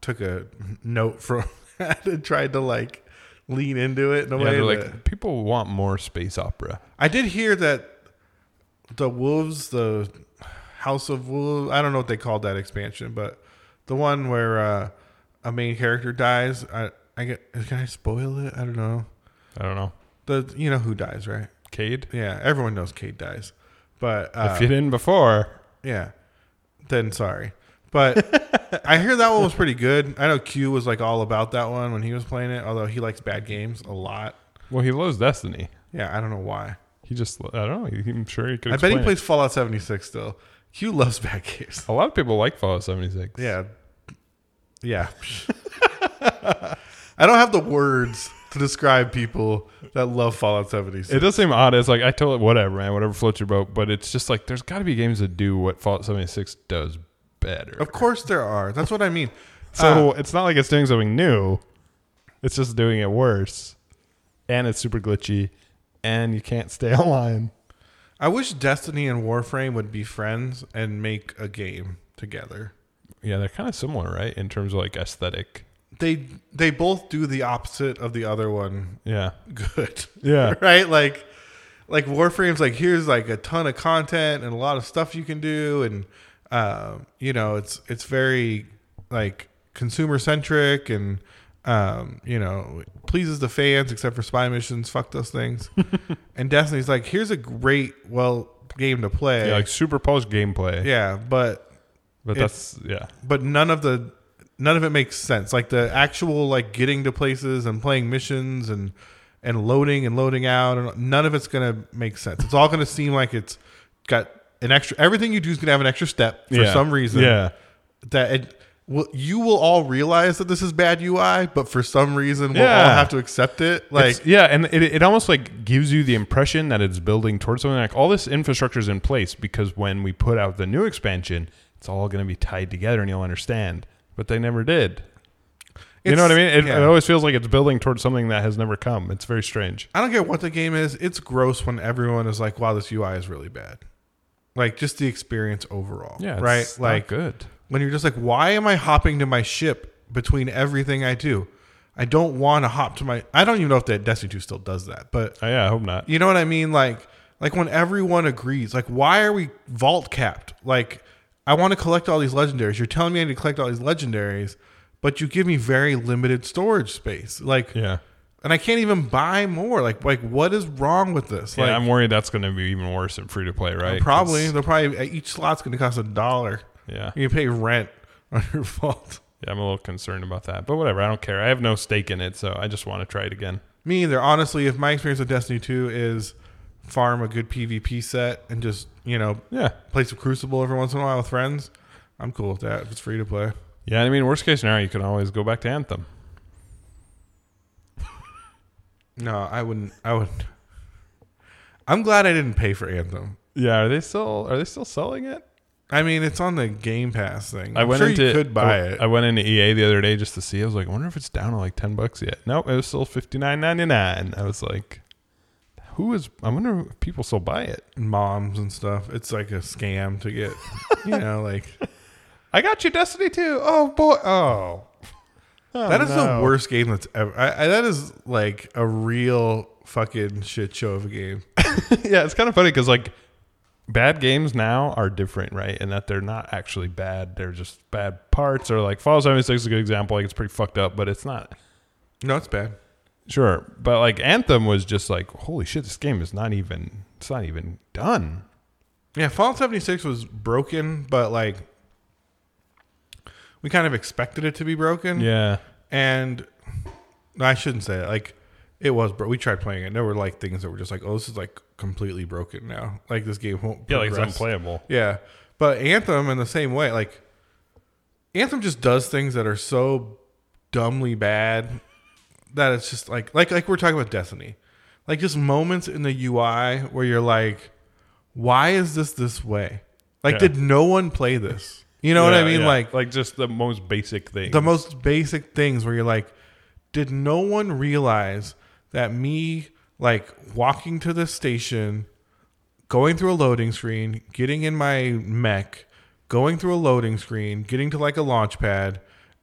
took a note from that and tried to like lean into it in a
yeah.
way.
They're
that-
like people want more space opera.
I did hear that the wolves, the House of Wolves, I don't know what they called that expansion, but the one where uh, a main character dies. I, I get, can I spoil it? I don't know.
I don't know,
The you know who dies, right?
Cade.
Yeah, everyone knows Kate dies, but uh,
if you didn't before,
Yeah. Then sorry. But I hear that one was pretty good. I know Q was like all about that one when he was playing it, although he likes bad games a lot.
well, he loves Destiny.
Yeah, I don't know why.
He just, I don't know. I'm sure he could.
I bet he
explain it.
plays Fallout 76 still. Q loves bad games.
A lot of people like Fallout 76.
Yeah. Yeah. I don't have the words to describe people that love Fallout 76.
It does seem odd. It's like I totally whatever, man, whatever floats your boat. But it's just like there's got to be games that do what Fallout 76 does better.
of course there are. That's what I mean. Uh,
So it's not like it's doing something new. It's just doing it worse, and it's super glitchy, and you can't stay online.
I wish Destiny and Warframe would be friends and make a game together.
Yeah, they're kind of similar, right, in terms of like aesthetic.
they they both do the opposite of the other one
Yeah,
good
yeah,
right like like warframe's like here's like a ton of content and a lot of stuff you can do and um, you know it's it's very like consumer centric and um, you know pleases the fans except for spy missions fuck those things and destiny's like here's a great well game to play
yeah, like super polished gameplay.
yeah but
but that's yeah,
but none of the none of it makes sense like the actual like getting to places and playing missions and and loading and loading out and none of it's gonna make sense it's all gonna seem like it's got an extra everything you do is gonna have an extra step for
Yeah.
some reason
Yeah,
that it will you will all realize that this is bad ui but for some reason we'll all
Yeah.
have to accept it like
It's- yeah and it, it almost like gives you the impression that it's building towards something like all this infrastructure is in place because when we put out the new expansion it's all going to be tied together and you'll understand but they never did you know
It's-
what i mean it, it
yeah.
always feels like it's building towards something that has never come it's very strange
I don't care what the game is. It's gross when everyone is like, "Wow, this UI is really bad." Like just the experience overall,
yeah it's
right?
not
Like
good
when you're just like, why am I hopping to my ship between everything I do? I don't want to hop to my. I don't even know if that Destiny 2 still does that, but
oh, yeah i hope not
you know what I mean. Like, like when everyone agrees, like, why are we vault capped? Like, I want to collect all these legendaries. You're telling me I need to collect all these legendaries, but you give me very limited storage space. Like,
yeah
and I can't even buy more. Like, like what is wrong with this?
yeah,
Like, Oh,
I'm worried that's going to be even worse in free to play, right? 'Cause-
probably they're probably uh, each slot's going to cost a dollar.
Yeah. yeah,
You pay rent on your vault.
I'm a little concerned about that, but whatever. I don't care. I have no stake in it, so I just want to try it again.
Me either. Honestly, if my experience with Destiny 2 is farm a good PvP set and just, you know,
Yeah,
play some Crucible every once in a while with friends, I'm cool with that. If it's free to play.
Yeah, I mean, worst case scenario, you can always go back to Anthem.
No, I wouldn't. I would. I'm glad I didn't pay for Anthem.
Yeah, are they still are they still selling it?
I mean, it's on the Game Pass thing.
I
I'm
went
sure
into
you could buy
I,
it.
I went into EA the other day just to see. I was like, I wonder if it's down to like ten bucks yet. Nope, it was still fifty nine ninety nine. I was like, who is? I wonder if people still buy it.
Moms and stuff. It's like a scam to get, you know, like
I got you Destiny too. Oh boy. Oh. Oh,
that is
no.
the worst game that's ever. I, I, that is like a real fucking shit show of a game.
yeah, it's kind of funny because like bad games now are different, right? And that they're not actually bad; they're just bad parts. Or like Fallout 76 is a good example. Like it's pretty fucked up, but it's not.
No, it's bad.
Sure, but like Anthem was just like, holy shit, this game is not even it's not even done.
Yeah, Fallout 76 was broken, but like we kind of expected it to be broken.
Yeah.
And no, I shouldn't say it. Like it was, bro. We tried playing it. There were like things that were just like, oh, this is like completely broken now. Like this game won't.
Yeah, like it's
progress.
unplayable.
Yeah, but Anthem in the same way. Like Anthem just does things that are so dumbly bad that it's just like like like we're talking about Destiny. Like just moments in the UI where you're like, why is this this way? Like,
Yeah.
did no one play this? You know what I
Yeah,
mean?
yeah.
Like,
like just the most basic thing.
the most basic things where you're like, did no one realize that me like walking to the station, going through a loading screen, getting in my mech, going through a loading screen, getting to like a launch pad,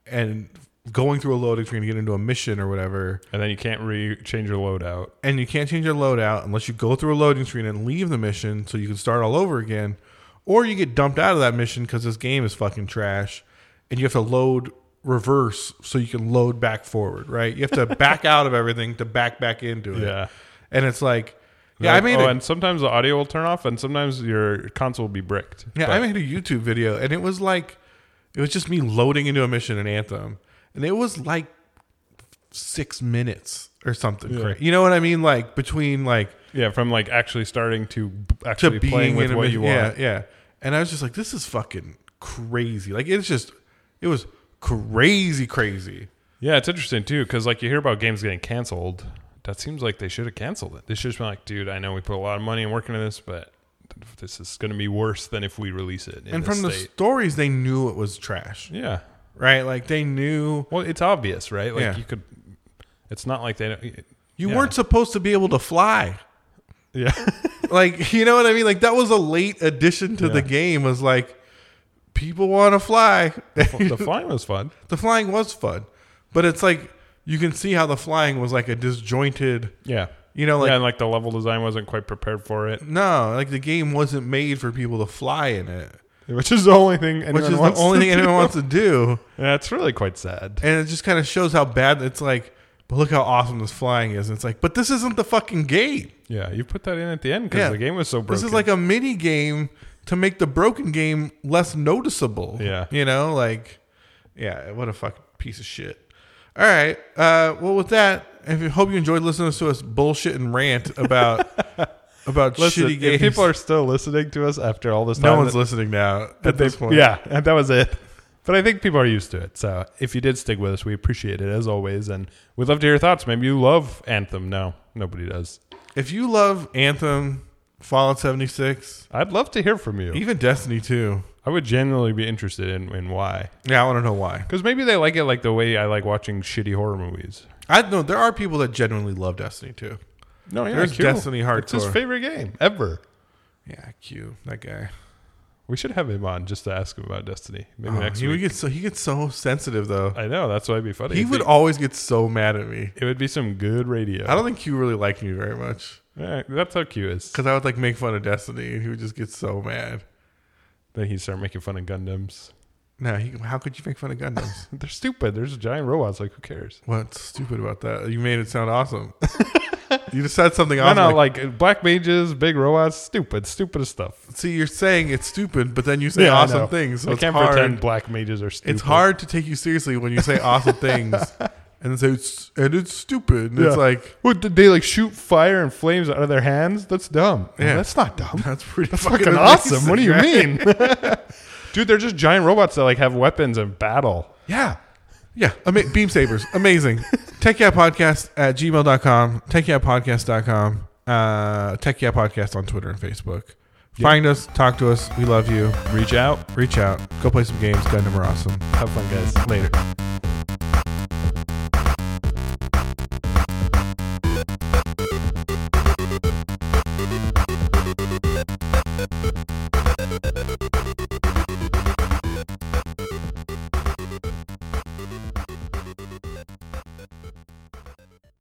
and going through a loading screen to get into a mission or whatever,
and then you can't re change your loadout.
and you can't change your loadout unless you go through a loading screen and leave the mission so you can start all over again, or you get dumped out of that mission because this game is fucking trash, and you have to load reverse so you can load back forward. Right? You have to back out of everything to back back into it.
Yeah.
and it's like, yeah, I
Like,
made
oh,
a,
and sometimes the audio will turn off, and sometimes your console will be bricked.
yeah,
But-
I made a YouTube video, and it was like, it was just me loading into a mission in Anthem, and it was like six minutes or something.
Yeah.
cra- You know what I mean? Like between like
yeah, from like actually starting to b-
to
actually
being
playing with
in a
what
mis-
you
yeah,
want.
Yeah, And I was just like, this is fucking crazy. Like it's just, it was crazy, crazy.
Yeah, it's interesting too because like you hear about games getting canceled. That seems like they should have canceled it. They should have been like, dude, I know we put a lot of money and work into this, but this is going to be worse than if we release it. In
and
this
from the
state.
stories, they knew it was trash,
yeah,
right? Like they knew
well, it's obvious, right? Like
Yeah.
you could. It's not like they don't.
you
Yeah.
weren't supposed to be able to fly.
Yeah,
like you know what I mean? Like that was a late addition to the
Yeah.
game. Was like people want to fly.
the flying was fun.
the flying was fun, but it's like you can see how the flying was like a disjointed.
Yeah,
You know, like
yeah, and like the level design wasn't quite prepared for it,
no, like the game wasn't made for people to fly in it.
which is the only thing. Anyone
which is the
wants
only
to
thing anyone
do.
wants to do.
Yeah, it's really quite sad.
And it just kind of shows how bad it's like. But look how awesome this flying is. And it's like, but this isn't the fucking game.
Yeah, you put that in at the end because
Yeah.
the game was so broken.
This is like a mini game to make the broken game less noticeable.
Yeah.
you know, like, yeah, what a fucking piece of shit. All right. Uh, well, with that, if you hope you enjoyed listening to us bullshit and rant about about
Listen,
shitty games.
if people are still listening to us after all this time,
no one's
that-
listening now
that
at this
they-
point.
Yeah, and that was it. But I think people are used to it. So if you did stick with us, we appreciate it as always, and we'd love to hear your thoughts. Maybe you love Anthem. No, nobody does.
If you love Anthem, Fallout seventy six,
I'd love to hear from you.
even Destiny two,
I would genuinely be interested in, in why,
Yeah, I want to know why.
because maybe they like it like the way I like watching shitty horror movies.
I know there are people that genuinely love Destiny too.
No, yeah,
There's
Q.
Destiny
It's his
Hardcore.
favorite game ever.
Yeah, Q, that guy.
We should have him on just to ask him about Destiny. Maybe
Oh,
next
he would
week.
get so he gets so sensitive though.
I know that's why it'd be funny.
He
It'd
would
be-
always get so mad at me.
It would be some good radio.
I don't think Q really liked me very much
Yeah, that's how Q is.
because I would like make fun of Destiny and he would just get so mad.
Then he start making fun of Gundams.
No, he, how could you make fun of Gundams?
They're stupid. There's giant robots. Like who cares?
What's stupid about that? You made it sound awesome. you just said something
No,
awesome.
no,
like,
like black mages, big robots, stupid, stupidest stuff.
see, you're saying it's stupid, but then you say
Yeah, I know.
awesome things. So
I
it's
can't
hard.
pretend black mages are stupid.
It's hard to take you seriously when you say awesome things and say it's and it's stupid. And It's
Yeah.
like
What did they like shoot fire and flames out of their hands? That's dumb.
Yeah.
that's not dumb.
that's pretty
Fucking
amazing,
awesome. What do you
right?
mean? Dude, they're just giant robots that like have weapons and battle.
Yeah. Yeah. Ama- beam sabers. Amazing. Tech Yeah Podcast at gmail.com, techyeahpodcast.com, uh, Tech Yeah Podcast on Twitter and Facebook. Find us, talk to us. We love you.
Reach out.
Reach out. Go play some games. Gundam are awesome.
Have fun, guys. Later.